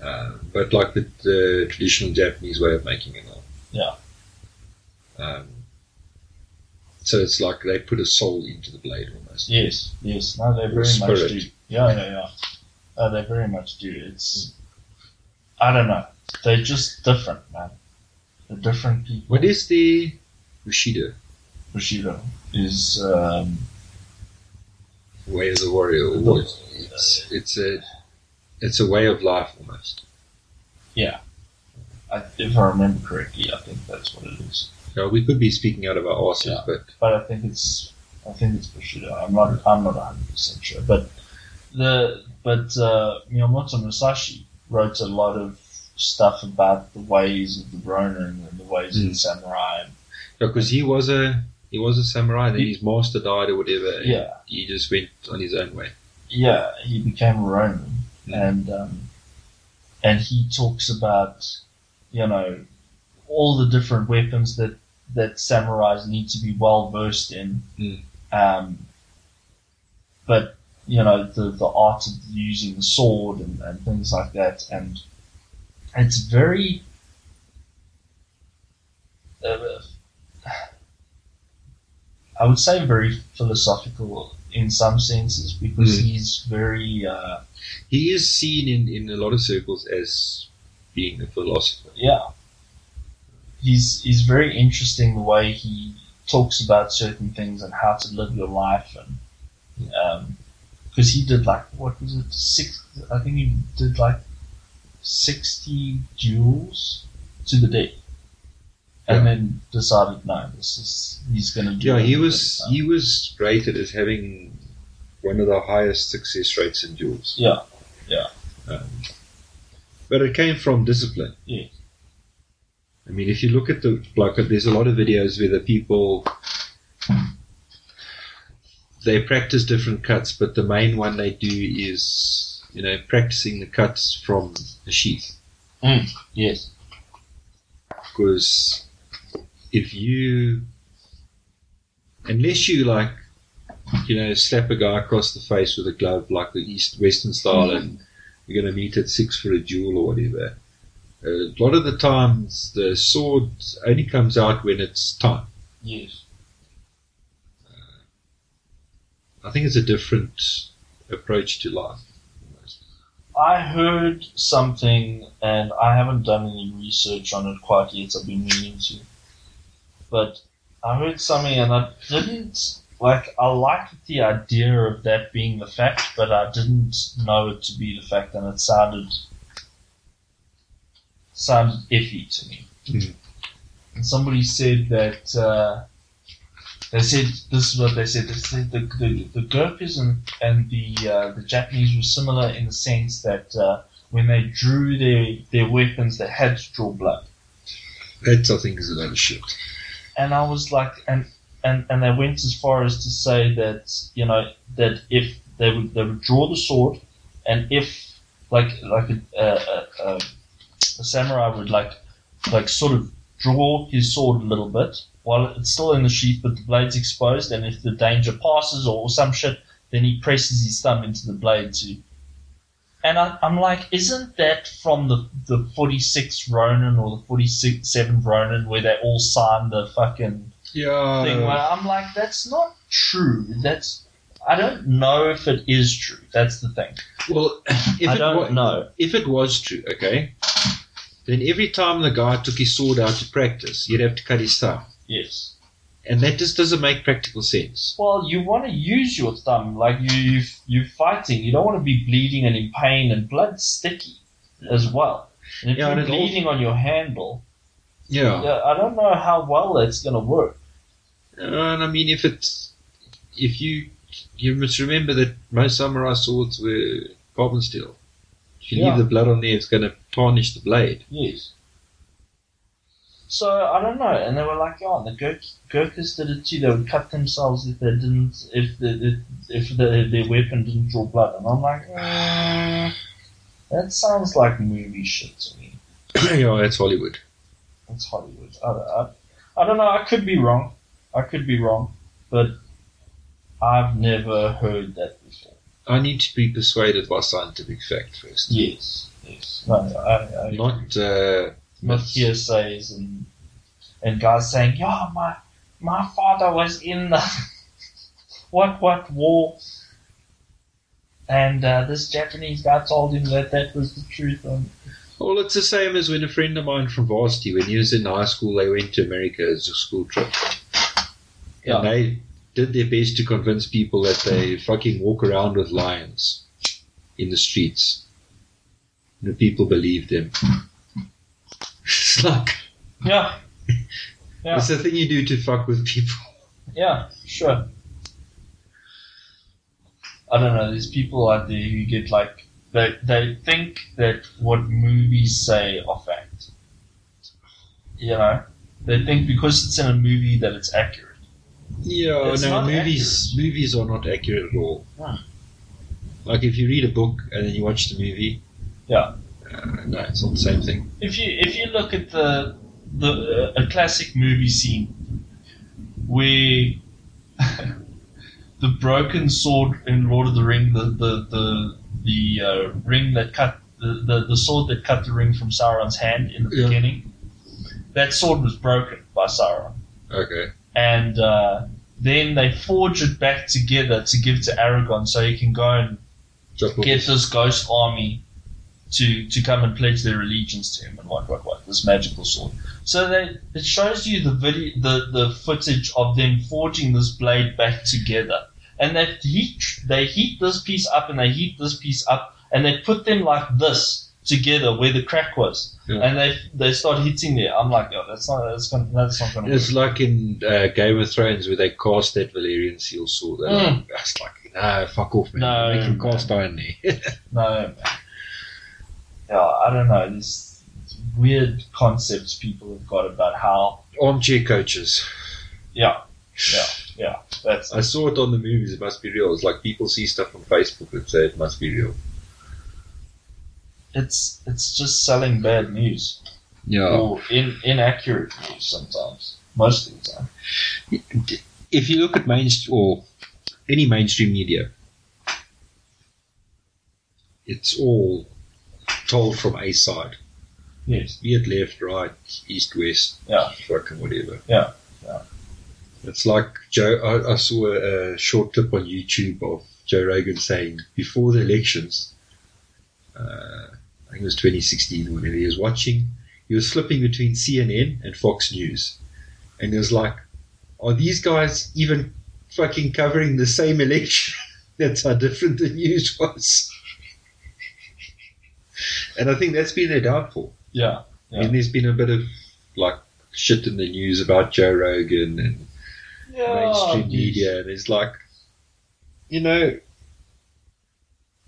D: Um, but like the, the traditional Japanese way of making a knife.
C: Yeah.
D: Um, so it's like they put a soul into the blade almost.
C: Yes, yes. No, they very much
D: Spirit.
C: do. Yeah, yeah, yeah. Uh, they very much do. It's, I don't know. They're just different, man. They're different people.
D: What is the Bushido
C: Bushido is um,
D: way of the warrior? Or it's, it's, it's a it's a way of life almost.
C: I, if I remember correctly, I think that's what it is.
D: Yeah, we could be speaking out of our asses,
C: Yeah.
D: but
C: but I think it's I think it's Bushido. I'm not I'm not 100 percent sure, but the but uh, Miyamoto Musashi wrote a lot of stuff about the ways of the Ronin and the ways of
D: Mm.
C: the samurai.
D: because he was a he was a samurai, and then his master died or whatever. and
C: Yeah,
D: he just went on his own way.
C: yeah, he became a Ronin,
D: Mm.
C: and um, and he talks about you know all the different weapons that that samurais need to be well versed in.
D: Mm.
C: Um, but you know the the art of using the sword and, and things like that, and it's very. Uh, I would say very philosophical in some senses because
D: Mm.
C: he's very uh,
D: He is seen in, in a lot of circles as being a philosopher.
C: yeah, he's he's very interesting the way he talks about certain things and how to live your life and um, because he did like what was it six I think he did like 60 duels to the day. And then decided, no, this is he's going to do.
D: Yeah,
C: it
D: he
C: the
D: was
C: next time.
D: he was rated as having one of the highest success rates in duels.
C: Yeah, yeah.
D: Um, but it came from discipline.
C: Yeah.
D: I mean, if you look at the like, there's a lot of videos where the people they practice different cuts, but the main one they do is you know practicing the cuts from the sheath
C: Yes.
D: because if you unless you like you know slap a guy across the face with a glove like the east western style and you're going to meet at six for a duel or whatever a lot of the times the sword only comes out when it's time
C: Yes.
D: i think it's a different approach to life
C: I heard something, and I haven't done any research on it quite yet. I've been meaning to, but I heard something, and I didn't like. I liked the idea of that being the fact, but I didn't know it to be the fact, and it sounded sounded iffy to me.
D: Mhm.
C: And somebody said that uh, they said this is what they said. They said the the, the Gurkhas and and the uh, the Japanese were similar in the sense that uh, when they drew their, their weapons, they had to draw blood.
D: that i think is another shit
C: And I was like, and and, and they went as far as to say that you know that if they would they would draw the sword, and if like like a, a, a, a samurai would like like sort of draw his sword a little bit while it's still in the sheath, but the blade's exposed, and if the danger passes or some shit, then he presses his thumb into the blade to. And I, I'm like, isn't that from the the 46 Ronin or the 47 Ronin where they all signed the fucking
D: yeah
C: thing where I'm like, that's not true. That's I don't know if it is true. That's the thing.
D: well if
C: I
D: it
C: don't
D: wa-
C: know.
D: if it was true, okay, then every time the guy took his sword out to practice, he'd have to cut his thumb.
C: Yes.
D: And that just doesn't make practical sense.
C: Well, you want to use your thumb, like you you you're fighting. You don't want to be bleeding and in pain and blood sticky, as well. And if
D: Yeah, and
C: you're
D: it also-
C: bleeding on your handle,
D: Yeah.
C: yeah, I don't know how well that's gonna work.
D: And I mean, if it's. If you. You must remember that most samurai swords were carbon steel. If you
C: Yeah.
D: leave the blood on there, it's going to tarnish the blade.
C: Yes. So I don't know, and they were like, "Oh, the Gurk- Gurkhas did it too. They would cut themselves if they didn't, if the, if, if the, their weapon didn't draw blood." And I'm like, "Mm, "That sounds like movie shit to me.
D: yeah, that's Hollywood.
C: It's Hollywood. I, I, I don't know. I could be wrong. I could be wrong, but I've never heard that before."
D: I need to be persuaded by scientific fact first.
C: Yes, yes. No, I, I,
D: Not. Uh,
C: not
D: myths.
C: hearsays and and guys saying, "Yeah, my my father was in the what what war," and uh, this Japanese guy told him that that was the truth. And
D: Well, it's the same as when a friend of mine from varsity, when he was in high school, they went to America as a school trip.
C: Yeah.
D: And they did their best to convince people that they fucking walk around with lions in the streets. And the people believed them. it's like,
C: yeah, Yeah.
D: it's the thing you do to fuck with people.
C: yeah, sure. I don't know. There's people out there who get like they they think that what movies say are fact. You know, they think because it's in a movie that it's accurate.
D: Yeah,
C: It's
D: no,
C: not
D: movies movies are not accurate at all.
C: No.
D: Like if you read a book and then you watch the movie.
C: Yeah.
D: Uh, no, it's not the same thing.
C: If you if you look at the the uh, a classic movie scene where the broken sword in Lord of the Ring, the the the, the uh, ring that cut the, the the sword that cut the ring from Sauron's hand in the
D: Yeah.
C: beginning, that sword was broken by Sauron,
D: Okay.
C: and uh, then they forge it back together to give to Aragon so he can go and
D: Drop off.
C: get this ghost army to to come and pledge their allegiance to him and what what what this magical sword. So they it shows you the video the the footage of them forging this blade back together, and they heat they heat this piece up and they heat this piece up and they put them like this together where the crack was,
D: Yeah.
C: and they they start hitting there. I'm like, oh, that's not that's gonna, that's not gonna.
D: It's
C: Work.
D: like in uh, Game of Thrones where they cast that Valerian seal sword. They're like, That's like, nah, fuck off, man.
C: Hmm. No,
D: we can
C: man.
D: cast iron there.
C: No, man. yeah, I don't know. There's weird concepts people have got about how.
D: Armchair coaches.
C: Yeah, yeah, yeah. That's
D: I saw it on the movies. It must be real. It's like people see stuff on Facebook and say it must be real.
C: it's it's just selling bad news
D: Yeah.
C: or in, inaccurate news sometimes. Most of the time.
D: If you look at mainstream or any mainstream media, it's all told from a side.
C: Yes.
D: Be it left, right, east, west,
C: Yeah.
D: fucking whatever.
C: Yeah, yeah.
D: It's like Joe. I, I saw a, a short clip on YouTube of Joe Rogan saying before the elections, uh, I think it was 2016 or whenever he was watching, he was flipping between CNN and Fox News, and he was like, "Are these guys even fucking covering the same election?" That's how different the news was. And I think that's been their downfall.
C: Yeah.
D: I mean, there's been a bit of like shit in the news about Joe Rogan and
C: Oh,
D: mainstream media, and it's like, you know,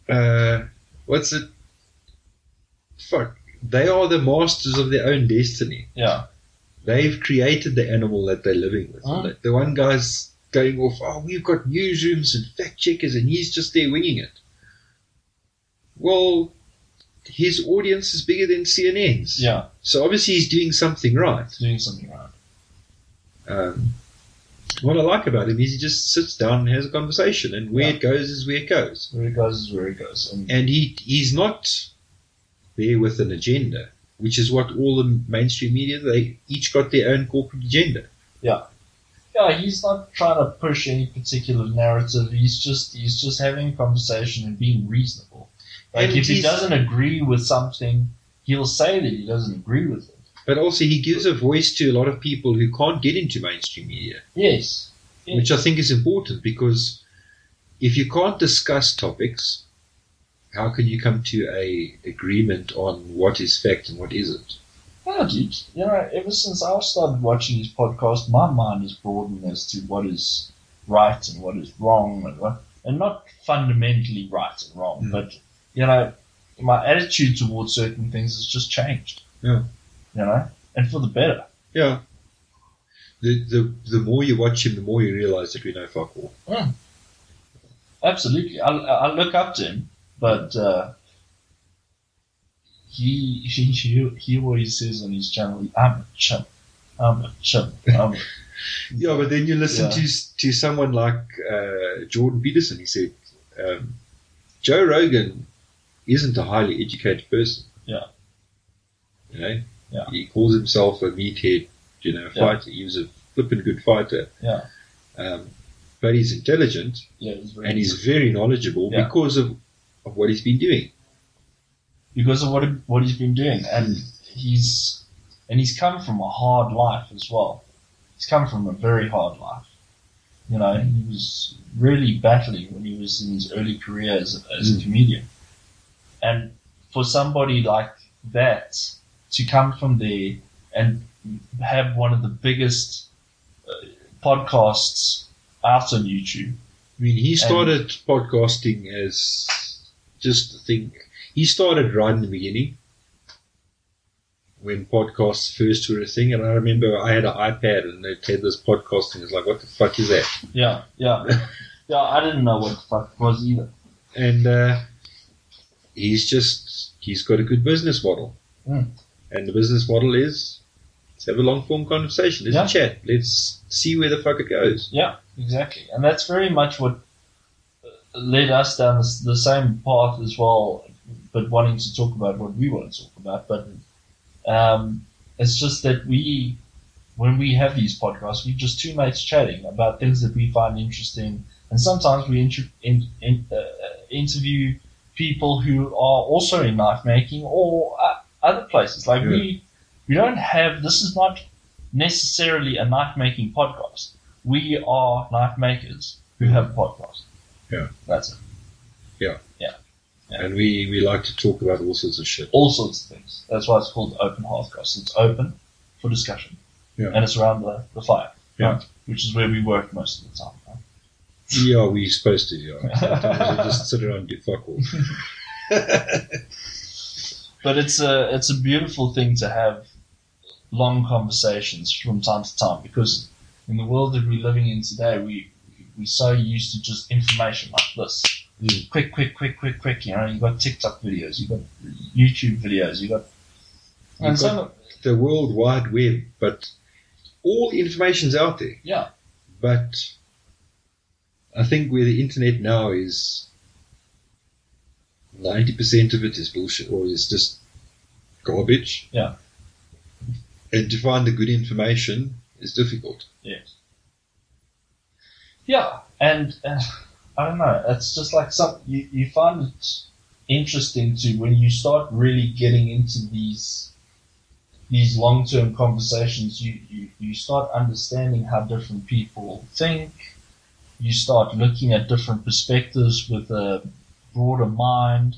D: uh, what's it? Fuck, they are the masters of their own destiny.
C: Yeah.
D: They've created the animal that they're living with.
C: Huh?
D: The one guy's going off, oh, we've got newsrooms and fact checkers, and he's just there winging it. Well, his audience is bigger than CNN's.
C: Yeah.
D: So obviously he's doing something right.
C: Doing something right.
D: Um, what I like about him is he just sits down and has a conversation, and where it goes is where it goes.
C: Where it goes is where it goes. And
D: And he he's not there with an agenda, which is what all the mainstream media they each got their own corporate agenda.
C: yeah, he's not trying to push any particular narrative. He's just he's just having a conversation and being reasonable. Like
D: And
C: if he
D: he's-
C: doesn't agree with something, he'll say that he doesn't agree with it.
D: But also he gives a voice to a lot of people who can't get into mainstream media,
C: Yes. Yes.
D: which I think is important because if you can't discuss topics, how can you come to a agreement on what is fact and what isn't?
C: Yeah, dude. You know, ever since I've started watching his podcast, my mind is broadened as to what is right and what is wrong, and what, and not fundamentally right and wrong,
D: Mm.
C: but you know, my attitude towards certain things has just changed.
D: Yeah.
C: You know, and for the better.
D: Yeah. The, the the more you watch him, the more you realise that we know fuck all.
C: Absolutely. I, I look up to him, but uh, he, he he he always says on his channel, "I'm a chump. I'm a chump. I'm a
D: Yeah, but then you listen
C: Yeah.
D: to to someone like uh, Jordan Peterson. He said, um, Joe Rogan isn't a highly educated person.
C: Yeah.
D: You know?
C: Yeah.
D: He calls himself a meathead, you know,
C: Yeah.
D: fighter. He was a flippin' good fighter.
C: Yeah.
D: Um, but he's intelligent
C: yeah." He's very
D: and he's very knowledgeable
C: Yeah.
D: because of, of what he's been doing.
C: because of what he, what he's been doing, and he's and he's come from a hard life as well. He's come from a very hard life. You know, he was really battling when he was in his early career as, as a
D: Mm.
C: comedian, and for somebody like that to come from there and have one of the biggest uh, podcasts out on YouTube,
D: I mean, he
C: And-
D: started podcasting as just a thing. He started right in the beginning when podcasts first were a thing. And I remember I had an iPad and it had this podcasting. It's like, what the fuck is that?
C: yeah, yeah, yeah, I didn't know what the fuck it was either.
D: And uh, he's just, he's got a good business model.
C: Mm.
D: And the business model is let's have a long form conversation. Let's
C: Yeah.
D: chat. Let's see where the fuck it goes.
C: Yeah, exactly, and that's very much what uh, led us down this, the same path as well, but wanting to talk about what we want to talk about. But um, it's just that we, when we have these podcasts, we're just two mates chatting about things that we find interesting, and sometimes we inter- in, in, uh, interview people who are also in knife making or uh, other places. Like we, we don't have this is not necessarily a knife making podcast we are knife makers who have podcasts.
D: Yeah.
C: That's it.
D: Yeah.
C: Yeah.
D: And we, we like to talk about all sorts of shit.
C: all sorts of things. That's why it's called open hearthcross. It's open for discussion,
D: Yeah.
C: and it's around the, the fire,
D: Yeah.
C: right? which is where we work most of the time. right?
D: Yeah, we're supposed to, yeah. Sometimes we just sit around and do fuck all.
C: But it's a it's a beautiful thing to have long conversations from time to time because in the world that we're living in today, we we're so used to just information like this.
D: Mm.
C: Quick, quick, quick, quick, quick. You know, you've got TikTok videos, you've got YouTube videos, you've got. And
D: You've
C: some,
D: got the World Wide Web, but all information's out there.
C: Yeah.
D: But I think where the internet now is 90% of it is bullshit or is just garbage.
C: Yeah.
D: And to find the good information is difficult.
C: Yeah, and uh, I don't know. It's just like some you, you find it interesting to when you start really getting into these these long term conversations. You, you you start understanding how different people think. You start looking at different perspectives with a broader mind.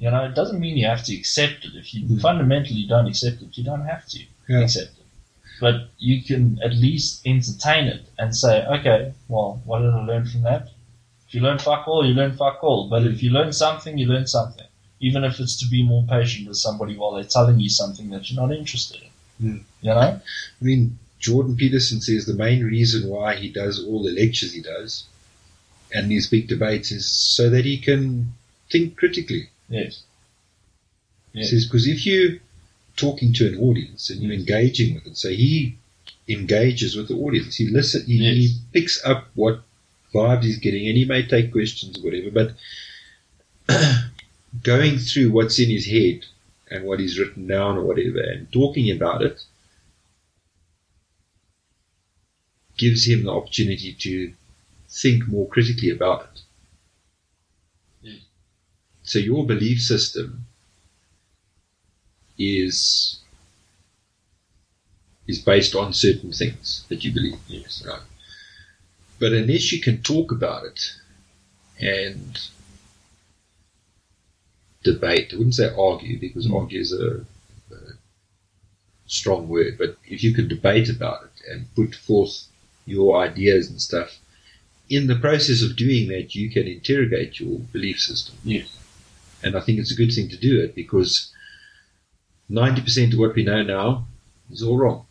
C: You know, it doesn't mean you have to accept it. If you
D: Mm.
C: fundamentally don't accept it, you don't have to
D: Yeah.
C: accept it. But you can at least entertain it and say, okay, well, what did I learn from that? If you learn fuck all, you learn fuck all. But if you learn something, you learn something. Even if it's to be more patient with somebody while they're telling you something that you're not interested in.
D: Hmm.
C: You know?
D: I mean, Jordan Peterson says the main reason why he does all the lectures he does and these big debates is so that he can think critically.
C: Yes.
D: He
C: Yeah. Mm.
D: says, because if you're talking to an audience and you're engaging with it, so he engages with the audience, he listens, he,
C: Yes.
D: he picks up what vibes he's getting, and he may take questions or whatever, but going through what's in his head and what he's written down or whatever and talking about it gives him the opportunity to think more critically about it.
C: Yeah.
D: So your belief system is is based on certain things that you believe. Yes. Right. But unless you can talk about it and debate, I wouldn't say argue because argue is a, a strong word, but if you can debate about it and put forth your ideas and stuff, in the process of doing that, you can interrogate your belief system.
C: Yes.
D: And I think it's a good thing to do it because 90% of what we know now is all wrong.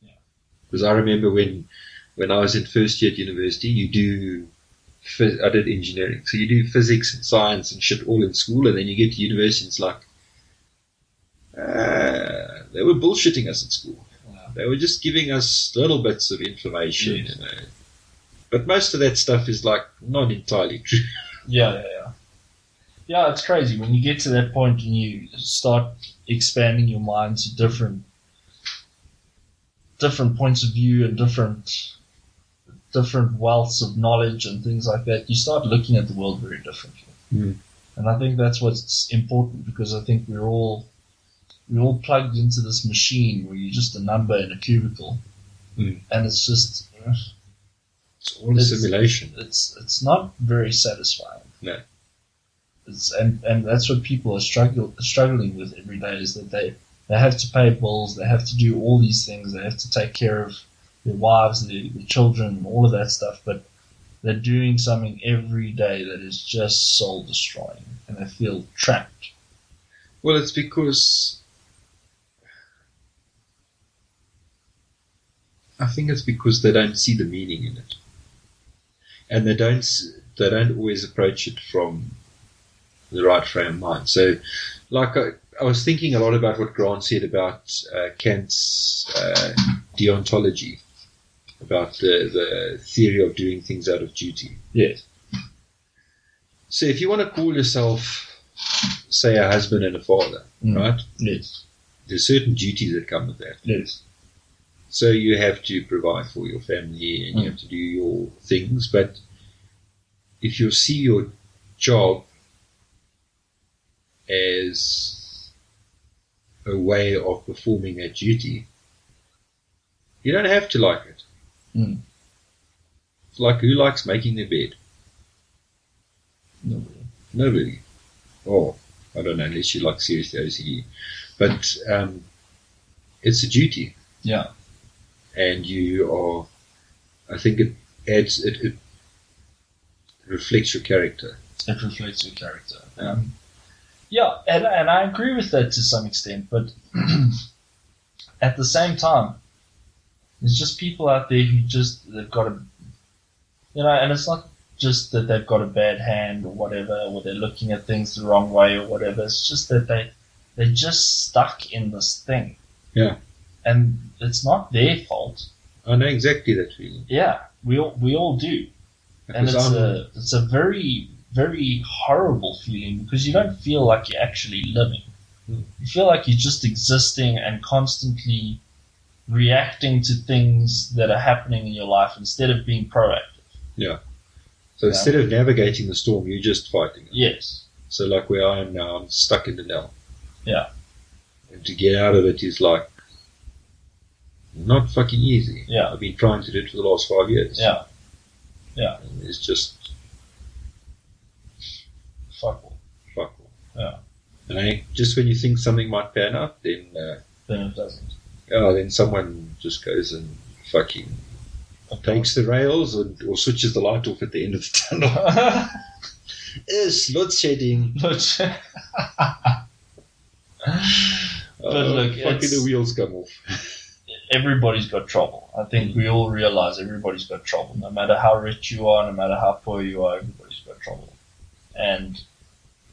C: Yeah.
D: Because I remember when when I was in first year at university, you do phys- I did engineering, so you do physics and science and shit all in school, and then you get to university, and it's like uh, they were bullshitting us at school.
C: Yeah.
D: They were just giving us little bits of information,
C: Yes.
D: you know. But most of that stuff is like not entirely true.
C: Yeah, yeah, yeah. Yeah, it's crazy when you get to that point and you start expanding your mind to different different points of view and different different wealths of knowledge and things like that. You start looking at the world very differently,
D: Mm.
C: and I think that's what's important because I think we're all we're all plugged into this machine where you're just a number in a cubicle,
D: Mm.
C: and it's just
D: It's all a
C: It's-
D: simulation.
C: it's it's not very satisfying.
D: No.
C: It's, and and that's what people are struggle, struggling with every day is that they they have to pay bills, they have to do all these things, they have to take care of their wives, their, their children, all of that stuff. But they're doing something every day that is just soul destroying, and they feel trapped.
D: Well, it's because I think it's because they don't see the meaning in it, and they don't s- they don't always approach it from the right frame of mind. So, like I, I was thinking a lot about what Grant said about uh, Kant's uh, deontology, about the the theory of doing things out of duty.
C: Yes.
D: So, if you want to call yourself, say, a husband and a father,
C: Mm.
D: right?
C: Yes.
D: there's certain duties that come with that.
C: Yes.
D: So you have to provide for your family
C: Mm.
D: and you have to do your things, but if you see your job as a way of performing that duty, you don't have to like it.
C: Mm.
D: It's Like who likes making their bed?
C: Nobody.
D: Nobody. Or, Oh, I don't know, unless you like seriously OCD. But um, it's a duty.
C: Yeah.
D: And you are, I think it adds, it, it reflects your character.
C: It reflects your character. Um, yeah, and, and I agree with that to some extent, but at the same time, there's just people out there who just, they've got a, you know, and it's not just that they've got a bad hand or whatever, or they're looking at things the wrong way or whatever. It's just that they, they're just stuck in this thing.
D: Yeah.
C: And it's not their fault.
D: I know exactly that feeling.
C: Yeah, we all, we all do and it's
D: Because I'm-
C: a it's a very very horrible feeling because you don't feel like you're actually living. You feel like you're just existing and constantly reacting to things that are happening in your life instead of being proactive.
D: so instead of navigating the storm, you're just fighting it.
C: Yes.
D: So, like where I am now, I'm stuck in the now.
C: Yeah.
D: And to get out of it is like not fucking easy.
C: Yeah.
D: I've been trying to do it for the last five years.
C: Yeah.
D: And it's just
C: Fuck all.
D: fuck all.
C: Yeah.
D: And I, just when you think something might pan out, then uh,
C: Then it doesn't.
D: oh, then someone just goes and fucking takes the rails and, or switches the light off at the end of the tunnel. it's load shedding.
C: but But
D: Oh,
C: look,
D: fucking
C: it's-
D: the wheels come off.
C: everybody's got trouble. I think we all realize everybody's got trouble. No matter how rich you are, no matter how poor you are, everybody's got trouble. And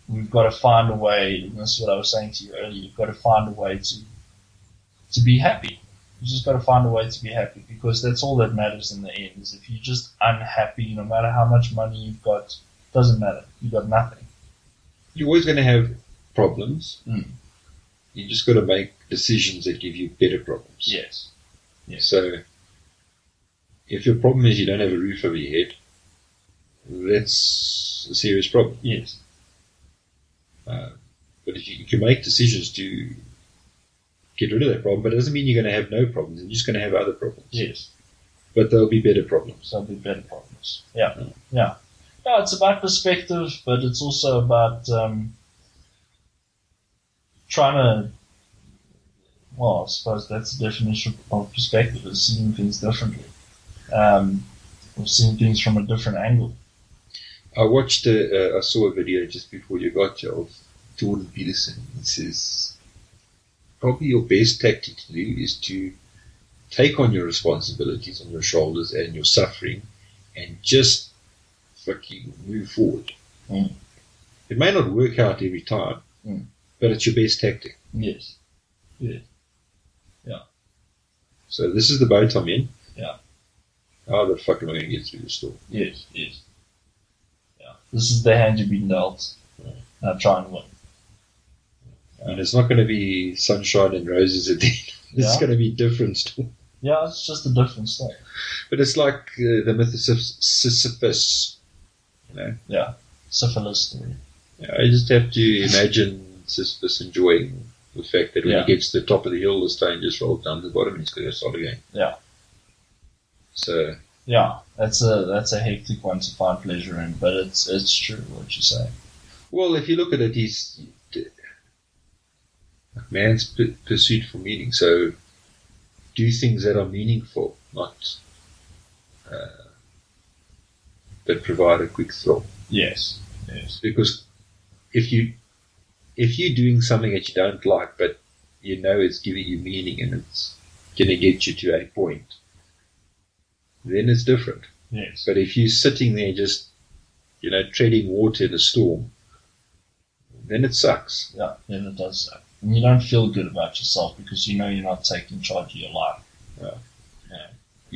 C: we've got to find a way, and this is what I was saying to you earlier, you've got to find a way to to be happy. You just got to find a way to be happy because that's all that matters in the end. Is if you're just unhappy, no matter how much money you've got, doesn't matter. You've got nothing.
D: you're always going to have problems.
C: Mm.
D: You just got to make decisions that give you better problems.
C: Yes.
D: So, if your problem is you don't have a roof over your head, that's a serious problem.
C: Yes.
D: Uh, but if you can make decisions to get rid of that problem, but it doesn't mean you're going to have no problems. You're just going to have other problems.
C: Yes.
D: But there'll be better problems.
C: So there'll be better problems. Yeah, yeah. No, it's about perspective, but it's also about um, trying to. Well, I suppose that's the definition of perspective: is seeing things differently, um, or seeing things from a different angle.
D: I watched, a, uh, I saw a video just before you got here of Jordan Peterson. He says, probably your best tactic to do is to take on your responsibilities on your shoulders and your suffering and just fucking move forward.
C: Mm.
D: It may not work out every time,
C: Mm.
D: but it's your best tactic.
C: Yes.
D: So this is the boat I'm in.
C: Yeah.
D: How the fuck am I going to get through the storm?
C: Yes. Yes. Yeah. This is the hand you've been dealt. Now try and win.
D: And it's not going to be sunshine and roses at the end. It's
C: Yeah.
D: going to be different storms.
C: Yeah, it's just a different stuff.
D: But it's like uh, the myth of Sis- Sisyphus.
C: Syphilis story.
D: You know, you just have to imagine Sisyphus enjoying the fact that when
C: Yeah.
D: he gets to the top of the hill, the stone just rolls down to the bottom and he's going to start again.
C: Yeah.
D: So,
C: Yeah, that's a that's a hectic one to find pleasure in, but it's it's true what you say.
D: well, if you look at it, he's man's p- pursuit for meaning. So, do things that are meaningful, not uh, that provide a quick thrill.
C: Yes. Yes.
D: because if you if you're doing something that you don't like but you know it's giving you meaning and it's going to get you to a point then it's different
C: Yes.
D: but if you're sitting there just you know treading water in a storm then it sucks
C: Yeah, then it does suck. And you don't feel good about yourself because you know you're not taking charge of your life.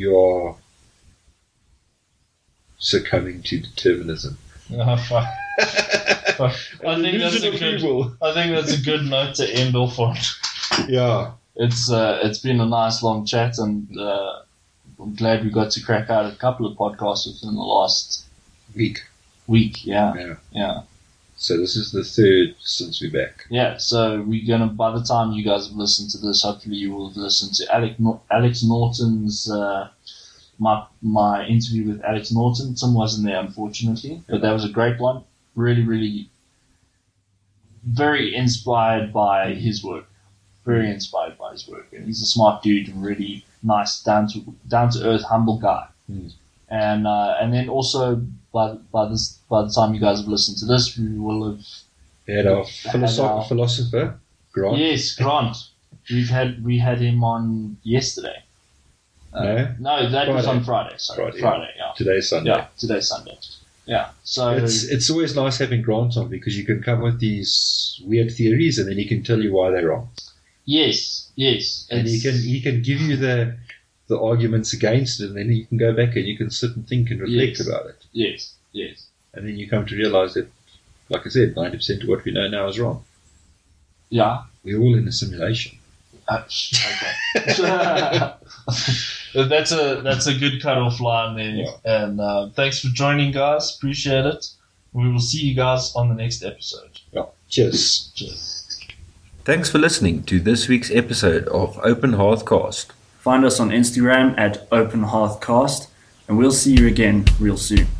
D: you're succumbing to determinism
C: I think that's a
D: Illusion of
C: good-
D: evil.
C: I think that's a good note to end off on.
D: yeah
C: It's uh, it's been a nice long chat, and uh, I'm glad we got to crack out a couple of podcasts within the last
D: weak
C: week. Yeah,
D: Yeah.
C: yeah,
D: so this is the third since we're back
C: yeah. So we're gonna. By the time you guys have listened to this, hopefully you will have listened to Alec Nor- Alex Norton's. Uh, my my interview with Alex Norton. Tim wasn't there, unfortunately, but that was a great one. Really, really very inspired by his work. Very inspired by his work, and he's a smart dude and really nice, down to down to earth, humble guy.
D: Mm.
C: And uh, and then also by by this by the time you guys have listened to this, we will have
D: We had our
C: our-
D: philosoph- philosopher, Grant.
C: yes, Grant. We've had we had him on yesterday.
D: No,
C: No, that was
D: Friday.
C: on Friday. Sorry,
D: Friday.
C: Friday. yeah,
D: today's Sunday.
C: yeah. Today's Sunday. Yeah. So
D: It's it's always nice having Grant on because you can come with these weird theories and then he can tell you why they're wrong.
C: yes, yes,
D: And he
C: it's-
D: can he can give you the the arguments against it and then you can go back and you can sit and think and reflect
C: Yes.
D: about it.
C: yes, yes.
D: And then you come to realise that like I said, ninety percent of what we know now is wrong.
C: Yeah.
D: We're all in a simulation.
C: Uh, okay. that's a that's a good cutoff line there. And uh, thanks for joining, guys. Appreciate it. We will see you guys on the next episode.
D: Cheers.
C: Cheers.
F: Thanks for listening to this week's episode of Open Hearthcast.
E: Find us on Instagram at Open Hearth Cast, and we'll see you again real soon.